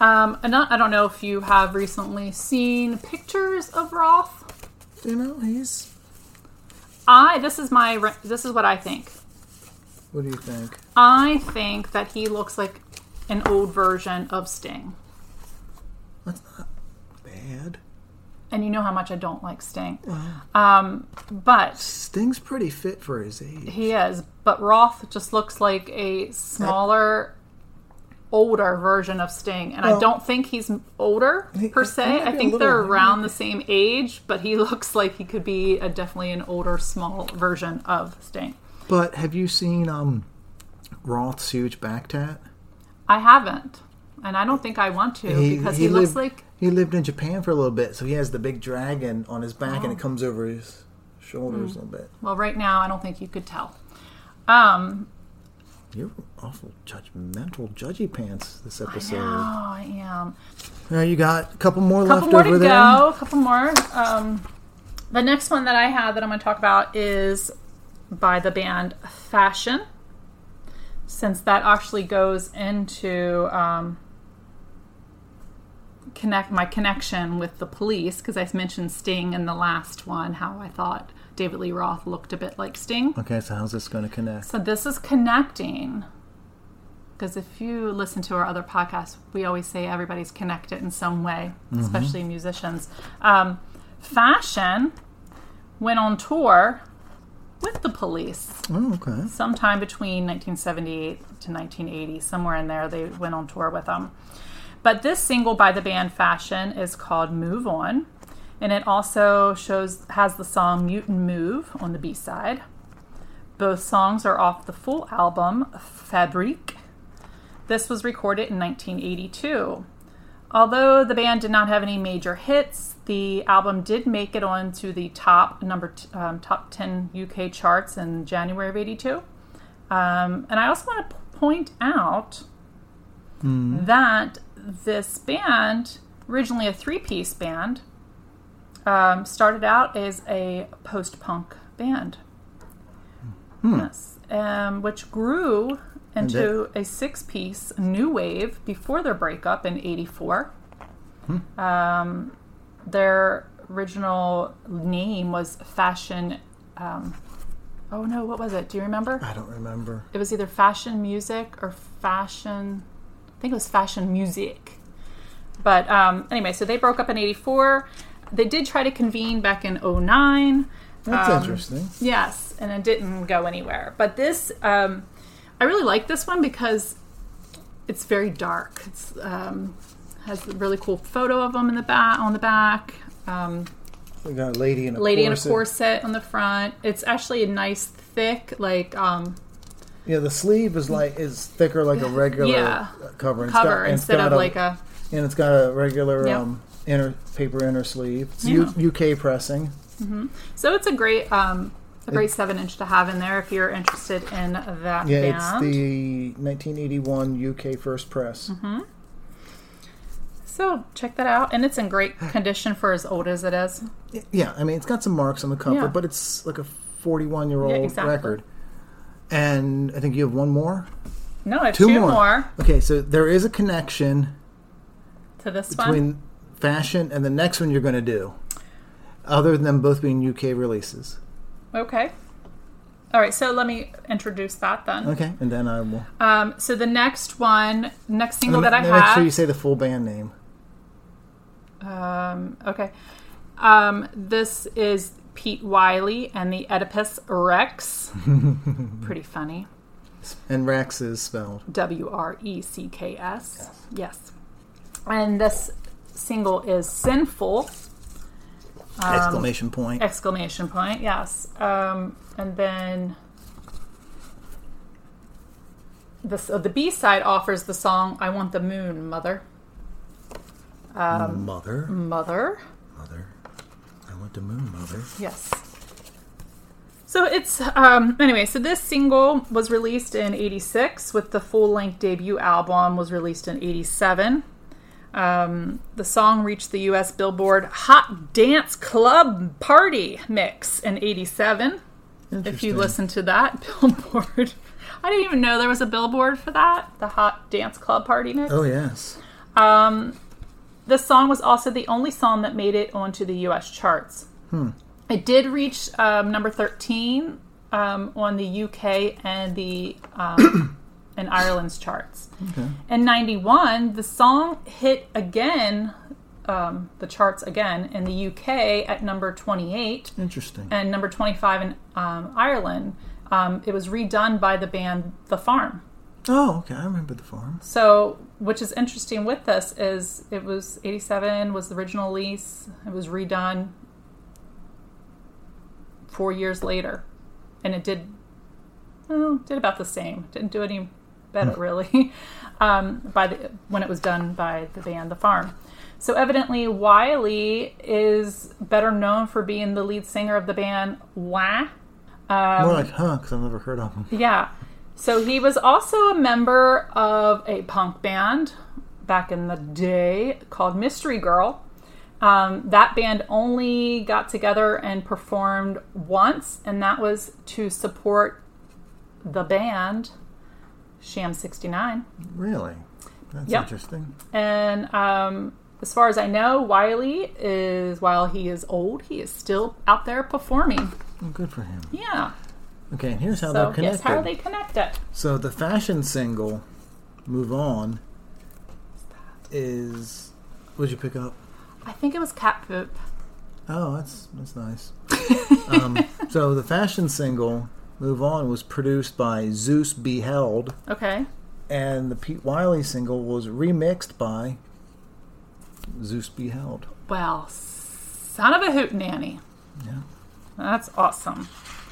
B: and not, I don't know if you have recently seen pictures of Roth.
A: You know, he's
B: I this is my re- this is what I think.
A: What do you think?
B: I think that he looks like an old version of Sting.
A: That's not bad.
B: And you know how much I don't like Sting. Um, but
A: Sting's pretty fit for his age.
B: he is. But Roth just looks like a smaller, older version of Sting. And I
A: Well-
B: don't think he's older
A: He-
B: per
A: he
B: se.
A: might be
B: I
A: a
B: think
A: little-
B: they're
A: he might
B: around the same age, but he looks like he could be a definitely an older, small version of Sting.
A: But have you seen um, Roth's huge back tat?
B: I haven't. And I don't think I want to Oh, because he, looks
A: lived,
B: like
A: he lived in Japan for a little bit, so he has the big dragon on his back,
B: Oh.
A: and it comes over his
B: Hmm.
A: shoulders a little bit.
B: Well, right now, I don't think you could tell. Um,
A: You're awful judgmental, judgy pants this
B: no,
A: episode.
B: Ah, I am.
A: Now you got a couple more
B: couple
A: left
B: more
A: over
B: to
A: there.
B: go. A couple more. Um, the next one that I have that I'm going to talk about is by the band Fashion, since that actually goes into um, connect my connection with the police because I mentioned Sting in the last one, how I thought David Lee Roth looked a bit like Sting.
A: Okay, so how's this going to connect?
B: So this is connecting. Because if you listen to our other podcasts, we always say everybody's connected in some way, especially musicians. Um, fashion went on tour with the police
A: Oh, okay.
B: sometime between 1978 to 1980, somewhere in there. They went on tour with them. But this single by the band Fashion is called Move On, and it also shows has the song Mutant Move on the B side. Both songs are off the full album Fabrique. This was recorded in 1982. Although the band did not have any major hits, the album did make it onto the top number t- um, top 10 UK charts in January of 82. Um, and I also want to p- point out that this band, originally a three piece band, um, started out as a post punk band. Yes. Um, which grew into a six piece new wave before their breakup in 84. Um, their original name was Fashion. Um, oh no, what was it? Do you remember?
A: I don't remember.
B: it was either fashion music or fashion i think it was fashion music but um, anyway so they broke up in 84 they did try to convene back in 09
A: That's
B: Um,
A: interesting.
B: yes and it didn't go anywhere but this um, i really like this one because it's very dark it's um, has a really cool photo of them in the back on the back um,
A: We got a lady in a
B: lady
A: corset.
B: in a corset on the front it's actually a nice thick like um,
A: Yeah, the sleeve is like is thicker like a regular uh,
B: Yeah.
A: cover. It's
B: cover
A: got- and it's
B: instead
A: got
B: of like a
A: and it's got a regular
B: Yep.
A: um, inner paper inner sleeve. It's U- UK pressing.
B: So it's a great um, a great seven inch to have in there if you're interested in that
A: Yeah, it's
B: band.
A: the 1981 UK first press.
B: Mm-hmm. so check that out, and it's in great condition for as old as it is.
A: Y- Yeah, I mean it's got some marks on the cover,
B: Yeah.
A: but it's like a 41 year old
B: Yeah, exactly.
A: record. And I think you have one more.
B: No, I have two,
A: Two
B: more.
A: more. Okay, so there is a connection
B: to this one.
A: between fashion and the next one you're going to do, other than them both being UK releases.
B: Okay. All right, so let me introduce that then.
A: Okay, and then I will
B: Um, so the next one, next single
A: And
B: that I
A: ma- Make sure you
B: have.
A: say the full band name.
B: Um, okay. Um, this is Pete Wiley and the Oedipus Rex. Pretty funny.
A: And Rex is spelled.
B: W R E C K S. Yes. And this single is Sinful! Um,
A: exclamation point.
B: Exclamation point, yes. Um, and then this, uh, the B side offers the song I Want the Moon, Mother. um,
A: mother.
B: Mother.
A: Mother. I want the moon, mother.
B: Yes. So it's um, anyway. So this single was released in '86, with the full-length debut album was released in '87. Um, the song reached the U.S. Billboard Hot Dance Club Party mix in '87. If you
A: Interesting.
B: listen to that Billboard, I didn't even know there was a Billboard for that. The Hot Dance Club Party mix.
A: Oh, yes.
B: The song was also the only song that made it onto the U.S. charts. It did reach um, number 13 um, on the UK and the um, and Ireland's charts.
A: Okay.
B: In 91, the song hit again, um, the charts again in the UK at number 28
A: Interesting.
B: and number 25 in um, Ireland. Um, it was redone by the band The Farm.
A: Oh, okay. I remember the farm.
B: So, which is interesting with this is it was 87 was the original lease. It was redone four years later, and it did well, did about the same. Didn't do any better really. um, by the when it was done by the band The Farm. So evidently, Wiley is better known for being the lead singer of the band Wah. Um,
A: More like, huh? Because I've never heard of them.
B: yeah. So he was also a member of a punk band back in the day called Mystery Girl. Um, that band only got together and performed once, and that was to support the band Sham 69.
A: Really? That's
B: Yep.
A: interesting.
B: And um, as far as I know, Wiley is, while he is old, he is still out there performing.
A: Well, good for him.
B: Yeah.
A: Okay, and here's how
B: So,
A: they're
B: guess
A: connected.
B: how they connect it.
A: So the fashion single, "Move On," is. What'd you pick up?
B: I think it was Cat Poop.
A: Oh, that's that's nice. um, so the fashion single "Move On" was produced by Zeus Beheld,
B: Okay.
A: and the Pete Wiley single was remixed by Zeus Beheld.
B: Well, son of a hoot nanny.
A: Yeah.
B: That's awesome.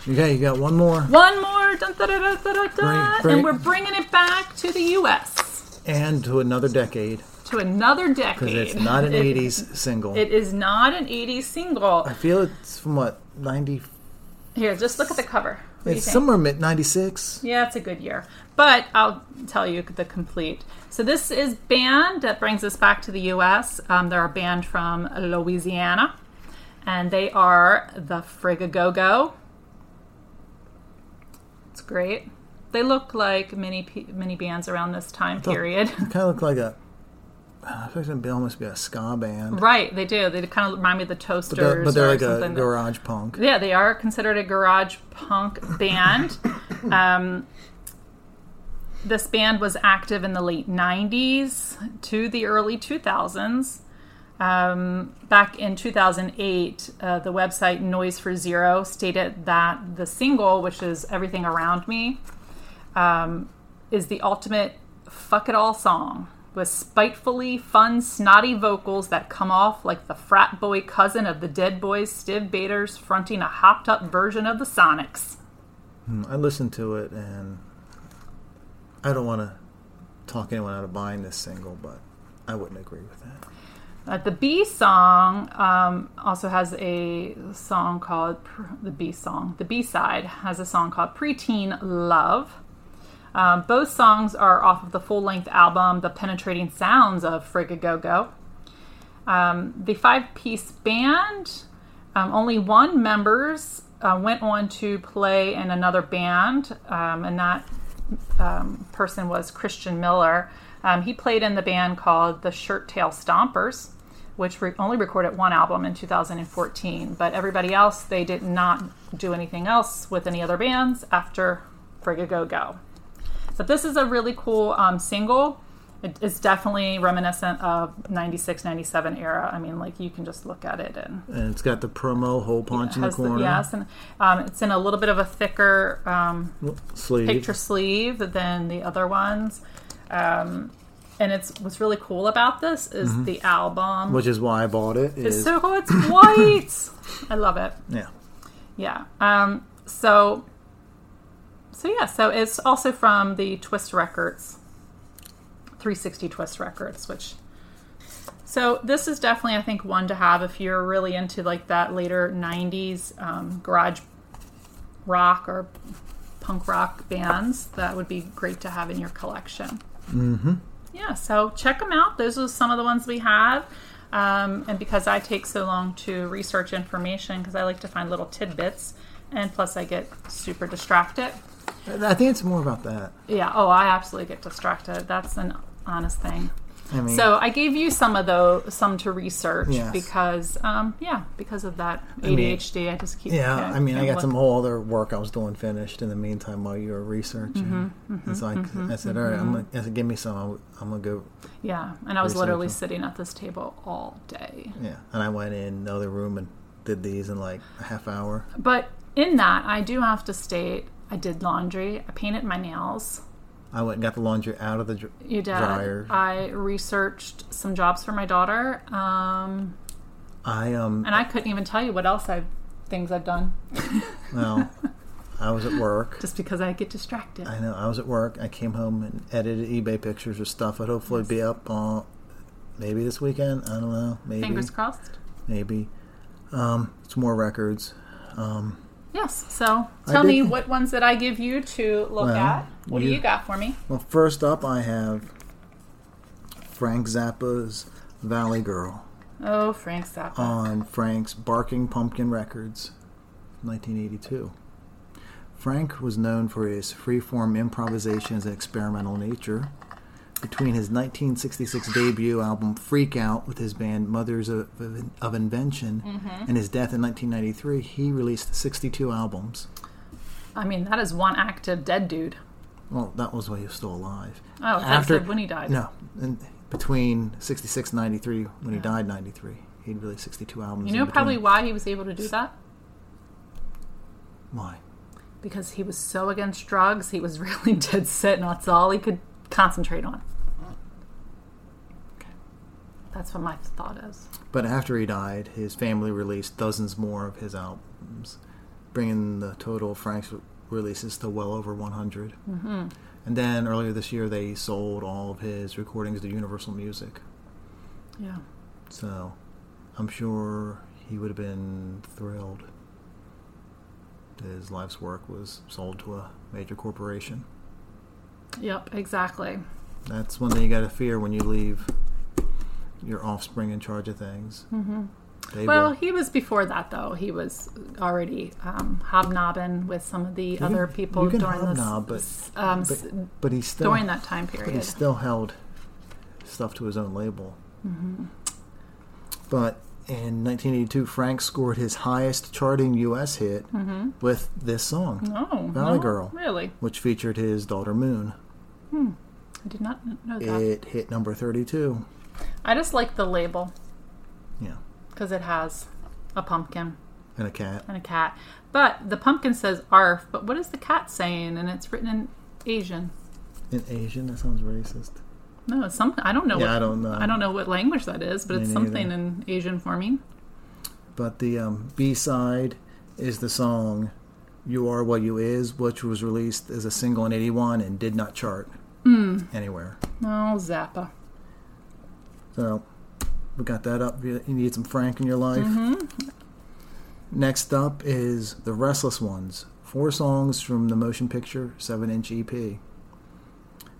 A: Okay, you got one more,
B: One more, dun, da, da, da, da, da, da,
A: Bring- bring-
B: and we're bringing it back to the U.S.
A: and to another decade
B: to another
A: because
B: decade.
A: it's not an
B: It-
A: '80s single.
B: It is not an 80s single.
A: I feel it's from what ninety.
B: Here, just look at the cover. What do you
A: It's
B: think?
A: somewhere mid ninety six.
B: Yeah, it's a good year. But I'll tell you the complete. So this is band that brings us back to the U.S. Um, they're a band from Louisiana, and they are the Frigga Go Go. It's great. They look like many pe- many bands around this time
A: thought-
B: period.
A: It kind of looked like a. I think it'd be almost be a ska band,
B: right, they do. They kind of remind me of the Toasters.
A: but they're, but they're
B: or
A: like a
B: something that-
A: garage punk.
B: Yeah, they are considered a garage punk band. um, this band was active in the late 90s to the early 2000s. Um, back in 2008, uh, the website Noise for Zero stated that the single, which is Everything Around Me, um, is the ultimate fuck it all song with spitefully fun, snotty vocals that come off like the frat boy cousin of the Dead Boys, Stiv Baders, fronting a hopped up version of the Sonics.
A: I listened to it, and I don't want to talk anyone out of buying this single, but I wouldn't agree with that.
B: Uh, the B song um, also has a song called Pr- the B song. The B side has a song called Preteen Love. Um, both songs are off of the full length album, The Penetrating Sounds of Frigga Go Go. Um, the five piece band, um, only one members uh, went on to play in another band, um, and that um, person was Christian Miller. Um, he played in the band called the Shirt Tail Stompers, which re- only recorded one album in 2014. But everybody else, they did not do anything else with any other bands after Frigga Go Go. But this is a really cool um, single. It is definitely reminiscent of 96, 97 era. I mean, like, you can just look at it and
A: And it's got the promo hole punch in the
B: has the,
A: corner,
B: yes, and um, it's in a little bit of a thicker um,
A: sleeve.
B: picture sleeve than the other ones. Um, and it's what's really cool about this is the album.
A: which is why I bought Mm-hmm. it.
B: it's
A: is-
B: so cool. It's white. I love it.
A: yeah,
B: Yeah. Um, so. So yeah. So it's also from the Twist Records, 360 Twist Records, which. So this is definitely, I think, one to have if you're really into like that later '90s um, garage rock or punk rock bands. That would be great to have in your collection. Mm-hmm. Yeah, so check them out. Those are some of the ones we have. Um, and because I take so long to research information, because I like to find little tidbits, and plus I get super distracted.
A: I think it's more about that.
B: Yeah, oh, I absolutely get distracted. That's an honest thing.
A: I mean,
B: So I gave you some of those, some to research
A: Yes.
B: because, um, yeah, because of that
A: mean-
B: ADHD, I, just keep.
A: yeah,
B: can't-
A: I mean, I
B: can't
A: got
B: look.
A: some whole other work I was doing finished in the meantime while you were researching.
B: Mm-hmm,
A: and so I, I said, all right, I'm gonna, I said, give me some. I'm- I'm gonna go.
B: Yeah, and I was
A: Research
B: literally
A: them.
B: sitting at this table all day.
A: Yeah, and I went in another room and did these in like a half hour.
B: But in that, I do have to state I did laundry, I painted my nails.
A: I went and got the laundry out of the. dr-
B: You did.
A: Dryer.
B: I researched some jobs for my daughter, um,
A: I um.
B: and I couldn't even tell you what else I've things I've done
A: Well, I was at work.
B: just because I get distracted.
A: I know I was at work. I came home and edited eBay pictures of stuff. that hopefully be up on maybe this weekend. I don't know. Maybe
B: Fingers crossed.
A: maybe um, some more records. Um,
B: Yes. So
A: I
B: tell
A: did-
B: me what ones that I give you to look
A: Well,
B: at. What do
A: you-
B: you got for me?
A: well, first up, I have Frank Zappa's Valley Girl
B: Oh, Frank Zappa.
A: on Frank's Barking Pumpkin Records, 1982. Frank was known for his freeform improvisations and experimental nature. Between his 1966 debut album Freak Out with his band Mothers of, of, of Invention
B: Mm-hmm.
A: and his death in 1993, he released 62 albums.
B: I mean, that is one active dead dude.
A: Well, that was when he was still alive.
B: Oh, that's
A: After-
B: said when he died.
A: No, in between 66 and 93, when he died 93, he released 62 albums.
B: You
A: in
B: know probably
A: between.
B: why he was able to do that?
A: why.
B: Because he was so against drugs, he was really dead set, and that's all he could concentrate on. That's what my thought is.
A: But after he died, his family released dozens more of his albums, bringing the total of Frank's releases to well over 100. Mm-hmm. And then earlier this year, they sold all of his recordings to Universal Music.
B: Yeah.
A: So I'm sure he would have been thrilled that his life's work was sold to a major corporation.
B: Yep, exactly.
A: That's one thing you got to fear when you leave your offspring in charge of things. Mm-hmm. They
B: Well,
A: will.
B: he was before that, though. He was already um, hobnobbing with some of the other people
A: you can
B: during this,
A: hobnob, but-
B: this, um, s-
A: But, but he still
B: during that time
A: but
B: period.
A: he still held stuff to his own label.
B: Mm-hmm.
A: But in 1982, Frank scored his highest charting U.S. hit
B: Mm-hmm.
A: with this song,
B: oh,
A: Valley
B: no,
A: Girl.
B: Really?
A: which featured his daughter Moon.
B: I did not kn- know that.
A: It hit number 32.
B: I just like the label
A: Yeah.
B: because it has a pumpkin
A: And a cat.
B: and a cat. But the pumpkin says arf, but what is the cat saying? And it's written in Asian.
A: In Asian, that sounds racist.
B: No, it's some I don't know.
A: yeah,
B: what,
A: I don't know.
B: I don't know what language that is, but
A: Me
B: it's
A: neither.
B: something in Asian forming.
A: But the um, B side is the song You Are What You Is, which was released as a single in 81 and did not chart
B: Hmm.
A: anywhere.
B: Oh, Zappa.
A: So we got that up. You you need some Frank in your life. Next up is The Restless Ones. Four songs from the motion picture 7 inch EP.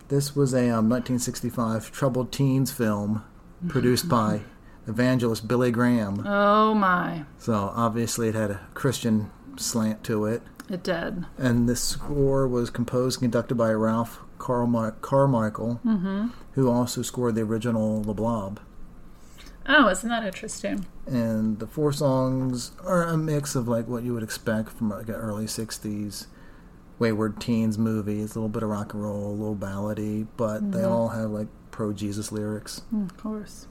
A: This was a um, 1965 troubled teens film produced by evangelist Billy Graham.
B: Oh my,
A: So obviously it had a Christian slant to it.
B: it did.
A: And the score was composed and conducted by Ralph Carmi- Carmichael, who also scored the original The Blob.
B: Oh, isn't that interesting?
A: and the four songs are a mix of like what you would expect from like an early '60s wayward teens movie. It's a little bit of rock and roll, a little ballady, but they all have like pro Jesus lyrics.
B: Of course.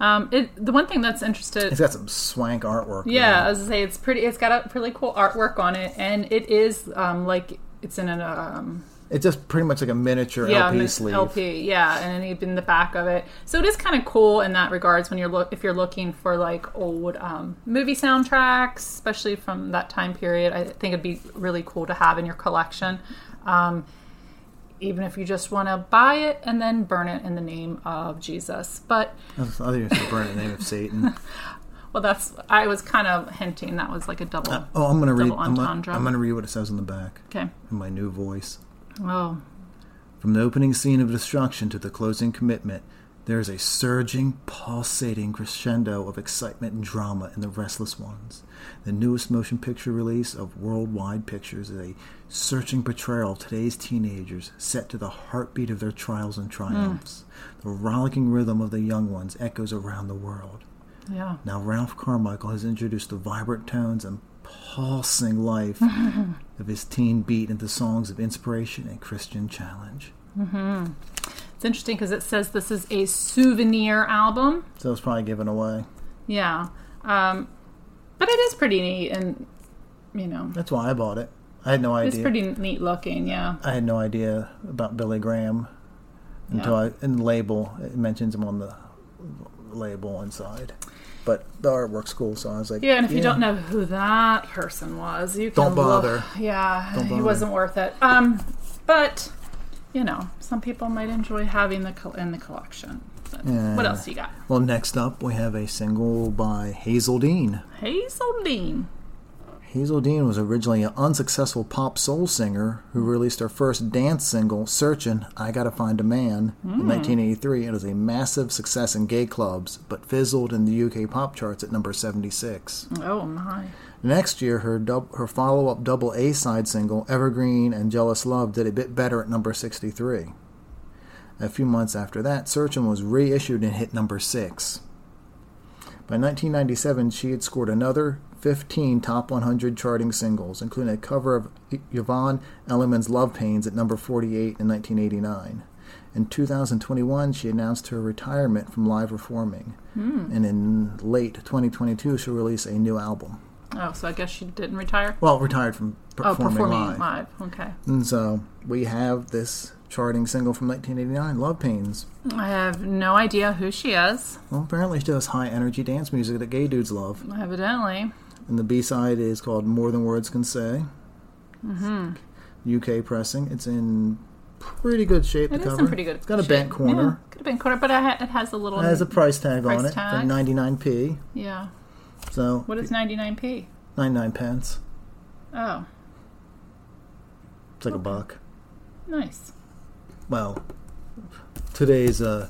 B: Um, it the one thing that's interested.
A: It's got some swank artwork.
B: Yeah, I was gonna say it's pretty. It's got a really cool artwork on it, and it is um, like it's in an um,
A: it's just pretty much like a miniature
B: yeah
A: LP
B: an
A: sleeve.
B: LP, yeah, and then even the back of it. So it is kind of cool in that regards when you're look if you're looking for like old um, movie soundtracks, especially from that time period. I think it'd be really cool to have in your collection. Um, even if you just want to buy it and then burn it in the name of Jesus, but
A: I thought you were gonna say burn it in the name of Satan.
B: well, that's I was kind of hinting that was like a double.
A: Oh, I'm gonna read.
B: Double
A: I'm gonna,
B: entendre.
A: I'm gonna read what it says on the back
B: okay.
A: in my new voice.
B: Oh,
A: From the opening scene of destruction to the closing commitment, There is a surging, pulsating crescendo of excitement and drama in The Restless Ones. The newest motion picture release of Worldwide Pictures is a searching portrayal of today's teenagers set to the heartbeat of their trials and triumphs. The rollicking rhythm of the young ones echoes around the world.
B: Yeah.
A: Now, Ralph Carmichael has introduced the vibrant tones and pulsing life of his teen beat into songs of inspiration and Christian challenge.
B: It's interesting because it says this is a souvenir album.
A: So it's probably given away.
B: Yeah. Um, but it is pretty neat and, you know,
A: That's why I bought it. I had no idea.
B: it's pretty neat looking. Yeah.
A: I had no idea about Billy Graham until I in the label it mentions him on the label inside. But the artwork's cool, so I was like,
B: Yeah, and if you don't know who that person was, you can
A: Don't bother.
B: look- yeah, he
A: bother.
B: wasn't worth it. Um, but you know, some people might enjoy having the col- in the collection. But What
A: Yeah.
B: else you got?
A: Well, next up we have a single by Hazel Dean.
B: Hazel Dean.
A: Hazel Dean was originally an unsuccessful pop soul singer who released her first dance single, Searchin' I Gotta Find a Man, in 1983. It was a massive success in gay clubs, but fizzled in the UK pop charts at number 76.
B: Oh my.
A: Next year, her dub- her follow up double A side single "Evergreen" and "Jealous Love" did a bit better at number sixty three. A few months after that, "Searchin' was reissued and hit number six. By 1997, she had scored another 15 top 100 charting singles, including a cover of Y- Yvonne Elliman's Love Pains at number 48 in 1989. In 2021, she announced her retirement from live performing, and in late 2022, she'll release a new album.
B: Oh, so I guess she didn't retire.
A: Well, retired from
B: Oh,
A: performing,
B: performing
A: live.
B: live. Okay.
A: And so we have this charting single from 1989, Love Pains.
B: I have no idea who she is.
A: Well, apparently she does high energy dance music that gay dudes love.
B: Evidently.
A: And the B side is called More Than Words Can Say. Mm-hmm. UK pressing. It's in pretty good shape. the
B: It is
A: cover.
B: in pretty good.
A: It's got a
B: shape.
A: bent corner.
B: Yeah, could have been corner, but I ha- it has a little.
A: It has a price tag
B: Price
A: on it
B: tag.
A: for 99p.
B: yeah.
A: So
B: What is 99p?
A: 99 pence.
B: Oh,
A: It's like a buck.
B: nice.
A: Well, today's uh,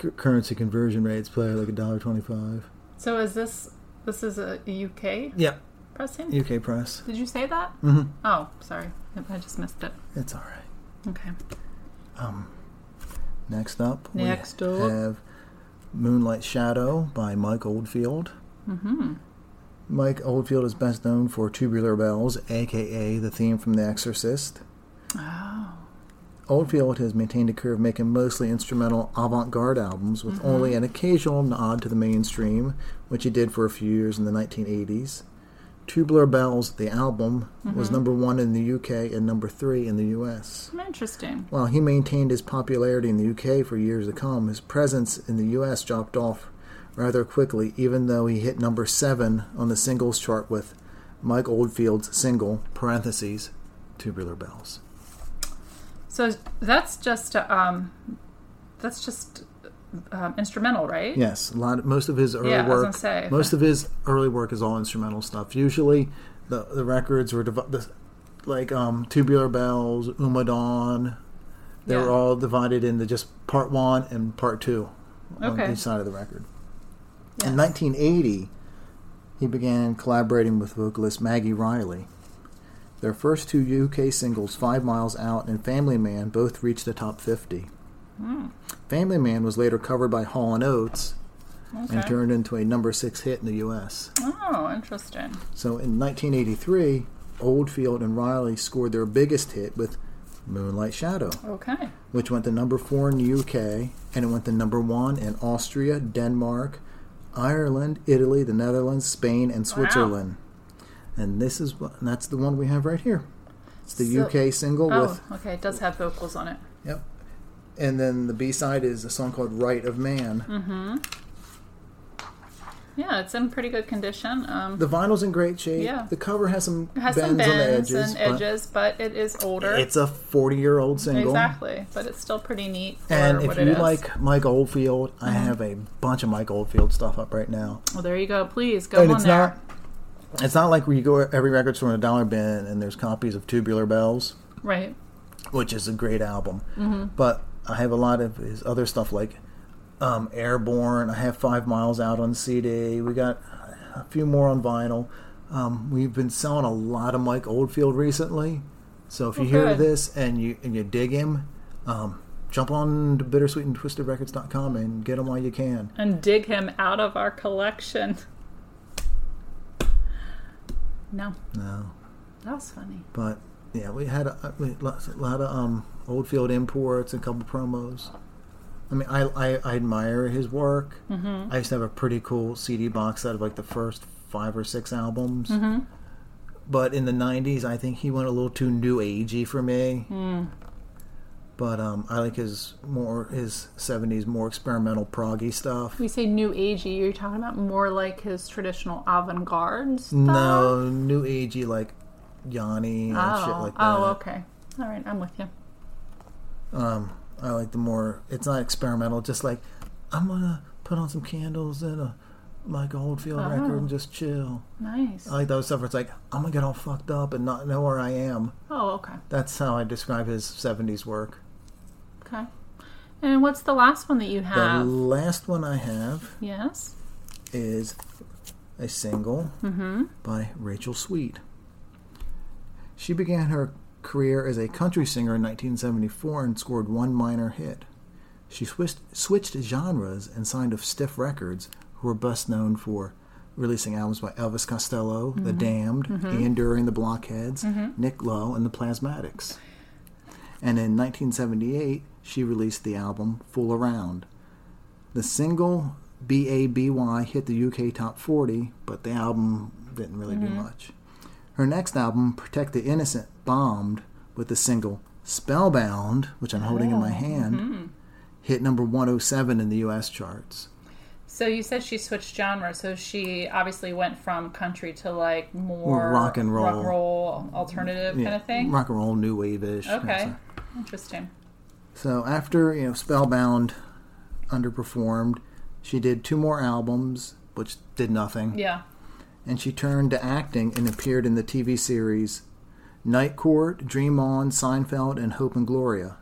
A: c- currency conversion rates play like a dollar twenty-five.
B: So is this this is a UK
A: Yep.
B: pressing?
A: UK press.
B: Did you say that?
A: Mhm.
B: Oh, sorry, I just missed it.
A: It's all right. Um,
B: Okay.
A: Next up,
B: Next
A: we
B: up.
A: have Moonlight Shadow by Mike Oldfield. Mm-hmm. Mike Oldfield is best known for Tubular Bells, aka the theme from The Exorcist.
B: Oh,
A: Oldfield has maintained a career of making mostly instrumental avant garde albums with
B: Mm-hmm.
A: only an occasional nod to the mainstream, which he did for a few years in the 1980s. Tubular Bells, the album,
B: Mm-hmm.
A: was number one in the UK and number three in the US.
B: interesting.
A: While he maintained his popularity in the UK for years to come, his presence in the US dropped off rather quickly, even though he hit number seven on the singles chart with Mike Oldfield's single, parentheses, Tubular Bells.
B: So that's just uh, um, that's just um, instrumental, right?
A: Yes, a lot. Most of his early
B: Yeah, I was
A: work.
B: gonna say.
A: most of his early work is all instrumental stuff. Usually, the the records were div- the, like um, Tubular Bells, Uma Dawn. They
B: Yeah.
A: were all divided into just part one and part two on
B: Okay.
A: each side of the record.
B: Yeah.
A: In 1980, he began collaborating with vocalist Maggie Riley. Their first two UK singles, Five Miles Out and Family Man, both reached the top 50.
B: Hmm.
A: Family Man was later covered by Hall and Oates
B: Okay.
A: and turned into a number six hit in the U.S.
B: Oh, interesting.
A: So in 1983, Oldfield and Riley scored their biggest hit with Moonlight Shadow,
B: Okay.
A: which went to number four in the U.K. and it went to number one in Austria, Denmark, Ireland, Italy, the Netherlands, Spain, and Switzerland. And this is what and that's the one we have right here. It's the
B: So-
A: UK single
B: Oh,
A: with
B: okay. It does have vocals on it.
A: Yep. And then the B side is a song called Right of Man.
B: Mm. Yeah, it's in pretty good condition. Um,
A: The vinyl's in great shape.
B: Yeah.
A: The cover has some
B: it has
A: bends,
B: some
A: on the
B: bends
A: edges.
B: and edges, but it is older.
A: But it's a 40 year old single.
B: exactly, but it's still pretty neat. For
A: And if
B: what
A: you
B: it is. Uh-huh.
A: like Mike Oldfield, I have a bunch of Mike Oldfield stuff up right now.
B: well, there you go. Please go
A: and
B: on
A: it's
B: there.
A: not it's not like where you go every record store in a dollar bin and there's copies of Tubular Bells,
B: Right. Mm-hmm.
A: which is a great album. But I have a lot of his other stuff like um, Airborne. I have Five Miles out on CD. We got a few more on vinyl. Um, we've been selling a lot of Mike Oldfield recently. So if you
B: Oh,
A: hear
B: good.
A: this and you and you dig him, um, jump on to bittersweetandtwistedrecords.com and get him while you can.
B: and dig him out of our collection. No,
A: No,
B: that was funny.
A: but yeah, we had a, a lot a lot of um, Oldfield imports, a couple promos. I mean, I, I, I admire his work. Mm-hmm. I used to have a pretty cool CD box out of like the first five or six albums. But in the '90s, I think he went a little too new agey for me. But um, I like his more his '70s, more experimental proggy stuff.
B: We say new agey. You're talking about more like his traditional avant-garde stuff.
A: No, new agey like Yanni and
B: Oh,
A: shit like that.
B: oh, okay. All right, I'm with you.
A: I like the more. It's not experimental. Just like I'm gonna put on some candles and uh, a Michael Oldfield record and just chill.
B: Nice.
A: I like those stuff. Where it's like I'm gonna get all fucked up and not know where I am.
B: oh, okay.
A: That's how I describe his '70s work.
B: Okay. And what's the last one that you
A: The
B: have?
A: last one I have
B: yes.
A: is a single by Rachel Sweet. She began her career as a country singer in 1974 and scored one minor hit. She switched, switched genres and signed to Stiff Records, who were best known for releasing albums by Elvis Costello, The Damned, The Enduring, The Blockheads, Nick Lowe, and The Plasmatics. And in 1978, she released the album Fool Around. The single BABY hit the UK top 40, but the album didn't really
B: Mm-hmm.
A: do much. Her next album, Protect the Innocent, bombed with the single Spellbound, which I'm holding
B: Oh,
A: in my hand,
B: mm-hmm.
A: hit number 107 in the US charts.
B: So you said she switched genre. So she obviously went from country to like more
A: More rock and roll.
B: rock roll alternative kind of thing.
A: Rock and roll, new wave ish.
B: Okay. Interesting.
A: So after you know Spellbound underperformed, she did two more albums, which did nothing.
B: Yeah.
A: and she turned to acting and appeared in the TV series Night Court, Dream On, Seinfeld, and Hope and Gloria.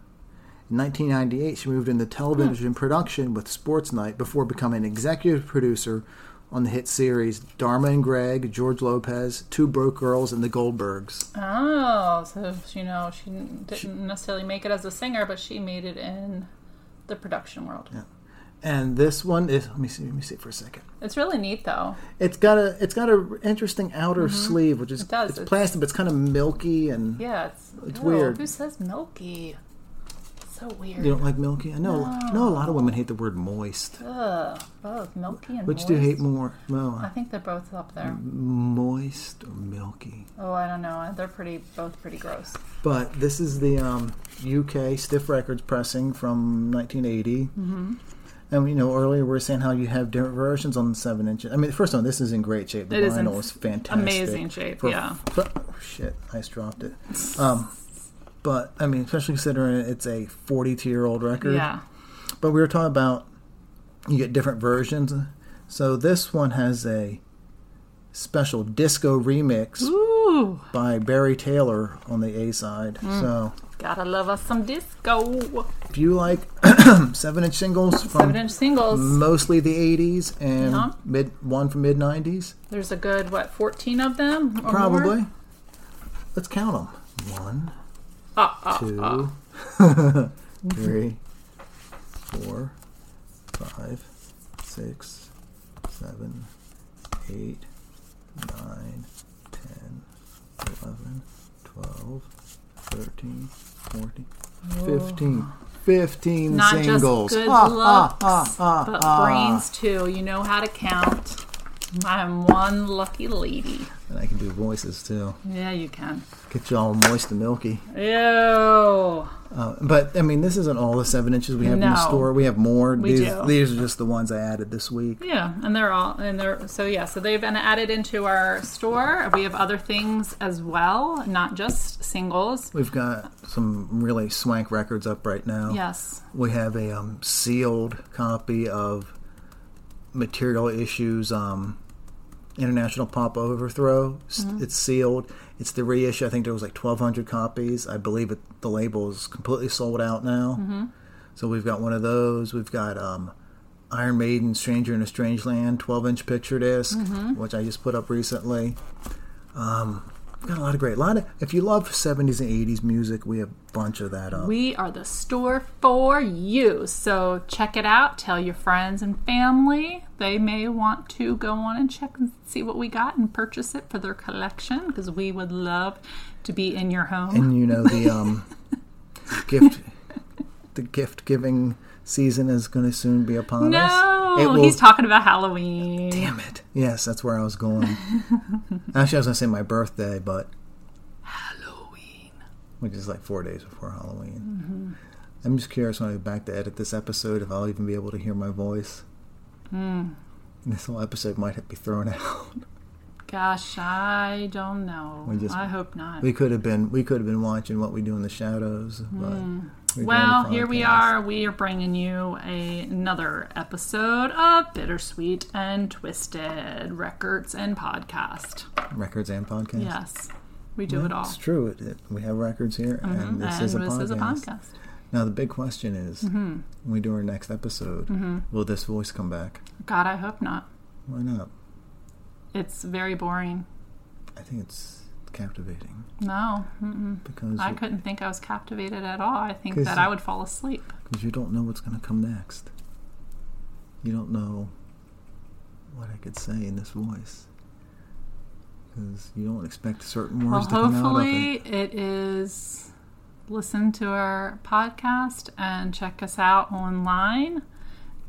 A: In 1998, she moved into
B: Hmm.
A: television production with Sports Night before becoming executive producer on the hit series Dharma and Greg, George Lopez, Two Broke Girls, and The Goldbergs.
B: Oh, so you know she didn't necessarily make it as a singer, but she made it in the production world.
A: And this one is let me see, let me see for a second.
B: It's really neat though.
A: It's got a it's got a interesting outer sleeve, which is
B: Mm-hmm. It does.
A: it's
B: It's-
A: plastic, but it's kind of milky and
B: Yeah, it's
A: It's
B: ew,
A: weird.
B: Who says milky? so weird.
A: you don't like milky. I know I know a lot of women hate the word moist.
B: Ugh, both milky and
A: Which
B: moist.
A: do you hate more? Mm-hmm. Well,
B: I think they're both up there.
A: moist or milky.
B: Oh, I don't know. They're pretty, both pretty gross.
A: But this is the um, UK Stiff Records pressing from 1980. Mm-hmm. And you know, earlier we were saying how you have different versions on the seven inches. I mean, the first one, this is in great shape. The
B: It is in
A: vinyl is fantastic,
B: amazing shape, yeah.
A: f- oh, shit, I just dropped it. Um, but I mean, especially considering it's a 42 year old record.
B: Yeah.
A: But we were talking about you get different versions. So this one has a special disco remix
B: Ooh,
A: by Barry Taylor on the A side.
B: Hmm.
A: So
B: gotta love us some disco.
A: if you like seven inch singles
B: Seven
A: from
B: inch singles.
A: mostly the 80s and
B: Yeah.
A: mid one from mid 90s,
B: There's a good what, fourteen of them? or
A: probably.
B: more?
A: Let's count them. One,
B: Ah, ah,
A: two, three, four, five, six, seven, eight, nine, ten, eleven, twelve, thirteen, fourteen, fifteen. 15
B: Not
A: singles.
B: just good
A: Ah,
B: looks,
A: ah, ah,
B: but
A: ah.
B: brains too. You know how to count. I'm one lucky lady.
A: And I can do voices too.
B: Yeah, you can.
A: Get you all moist and milky.
B: Ew.
A: Uh, but I mean, this isn't all the seven inches we have in the
B: No.
A: store. We have more.
B: We
A: these,
B: do.
A: these are just the ones I added this week.
B: Yeah, and they're all and they're so yeah, so they've been added into our store. We have other things as well, not just singles.
A: We've got some really swank records up right now.
B: Yes.
A: We have a um, sealed copy of Material Issues um, International Pop Overthrow. S- It's sealed. It's the reissue. I think there was like 1,200 copies. I believe it, the label is completely sold out now. So we've got one of those. We've got um, Iron Maiden, Stranger in a Strange Land, 12 inch picture disk which I just put up recently. Um, got a lot of great, lot of, if you love 70s and 80s music, we have a bunch of that um, up.
B: We are the store for you. So check it out. Tell your friends and family. They may want to go on and check and see what we got and purchase it for their collection because we would love to be in your home.
A: and you know the um, gift the gift giving season is going to soon be upon
B: no,
A: us. It will-
B: he's talking about Halloween.
A: Damn it! Yes, that's where I was going. Actually, I was going to say my birthday, but
B: Halloween. Mm-hmm.
A: which is like four days before Halloween. I'm just curious when I go back to edit this episode if I'll even be able to hear my voice.
B: Hmm.
A: This whole episode might be thrown out.
B: Gosh, I don't know.
A: We just-
B: I hope not.
A: We could have been we could have been watching what we do in the shadows, but we're doing a
B: Hmm. Well, here we
A: podcast.
B: are. We are bringing you a, another episode of Bittersweet and Twisted Records and Podcast.
A: Records and podcasts.
B: Yes, we do it all. Mm-hmm.
A: It's true. It, it- we have records here, and this,
B: and
A: is, a
B: this
A: podcast.
B: is a podcast. Mm-hmm.
A: Now, the big question is when we do our next episode, will this voice come back?
B: God, I hope not.
A: Why not?
B: It's very boring.
A: I think it's captivating
B: No, mm-mm.
A: because
B: I couldn't think I was captivated at all. I think
A: 'Cause-
B: that I would fall asleep.
A: cause you don't know what's going to come next. You don't know what I could say in this voice. Because you don't expect certain
B: Well,
A: words to come out of it.
B: hopefully, it is. Listen to our podcast and check us out online.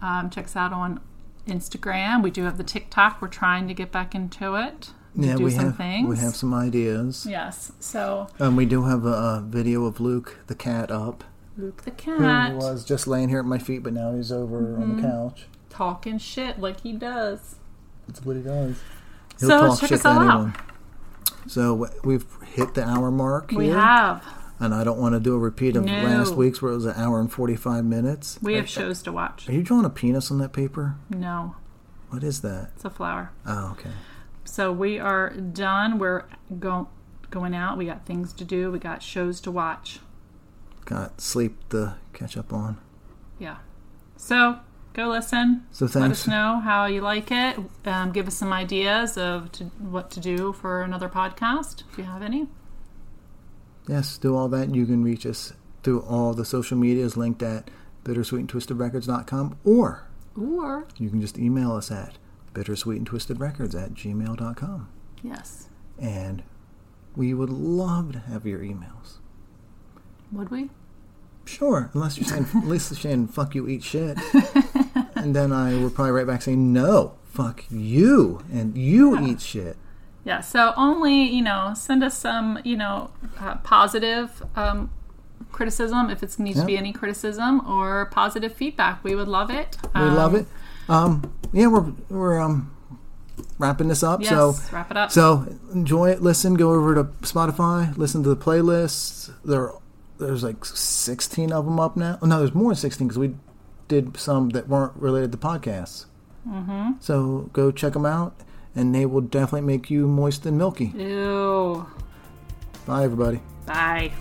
B: Um, check us out on Instagram. We do have the TikTok. We're trying to get back into it. To
A: Yeah,
B: do
A: we
B: some
A: have
B: things.
A: we have some ideas,
B: Yes. So
A: and we do have a, a video of Luke the cat up,
B: Luke the
A: who
B: cat
A: was just laying here at my feet, but now he's over
B: Mm-hmm.
A: on the couch.
B: talking shit like he does.
A: That's what he does.
B: So check us all out.
A: So w- we've hit the hour mark
B: We
A: here,
B: have
A: and I don't want to do a repeat of
B: No.
A: last week's where it was an hour and forty-five minutes.
B: we have shows to watch.
A: Are you drawing a penis on that paper?
B: No,
A: What is that?
B: it's a flower.
A: Oh, okay.
B: So we are done. We're go- going out. We got things to do. We got shows to watch.
A: Got sleep to catch up on.
B: Yeah. So go listen.
A: So
B: Let us
A: thanks.
B: know how you like it. Um, give us some ideas of to, what to do for another podcast if you have any.
A: Yes, do all that. You can reach us through all the social medias linked at bittersweetandtwistedrecords.com or
B: Or,
A: you can just email us at bittersweetandtwistedrecords at gmail.com.
B: yes,
A: And we would love to have your emails.
B: would we?
A: Sure, unless you're saying, unless you're saying fuck you, eat shit. and then I will probably write back saying, no, fuck you, and you eat shit.
B: Yeah. So only, you know, send us some, you know, uh, positive um, criticism if it needs
A: Yeah.
B: to be any criticism or positive feedback. We would love it.
A: We love it. Um, yeah, we're, we're um, wrapping this up.
B: Yes.
A: So
B: wrap it up.
A: So enjoy it. Listen. Go over to Spotify. Listen to the playlists. There, there's like 16 of them up now. Oh, No, there's more than 16 because we did some that weren't related to podcasts. Mm-hmm. So go check them out, and they will definitely make you moist and milky.
B: Ew.
A: Bye, everybody.
B: Bye.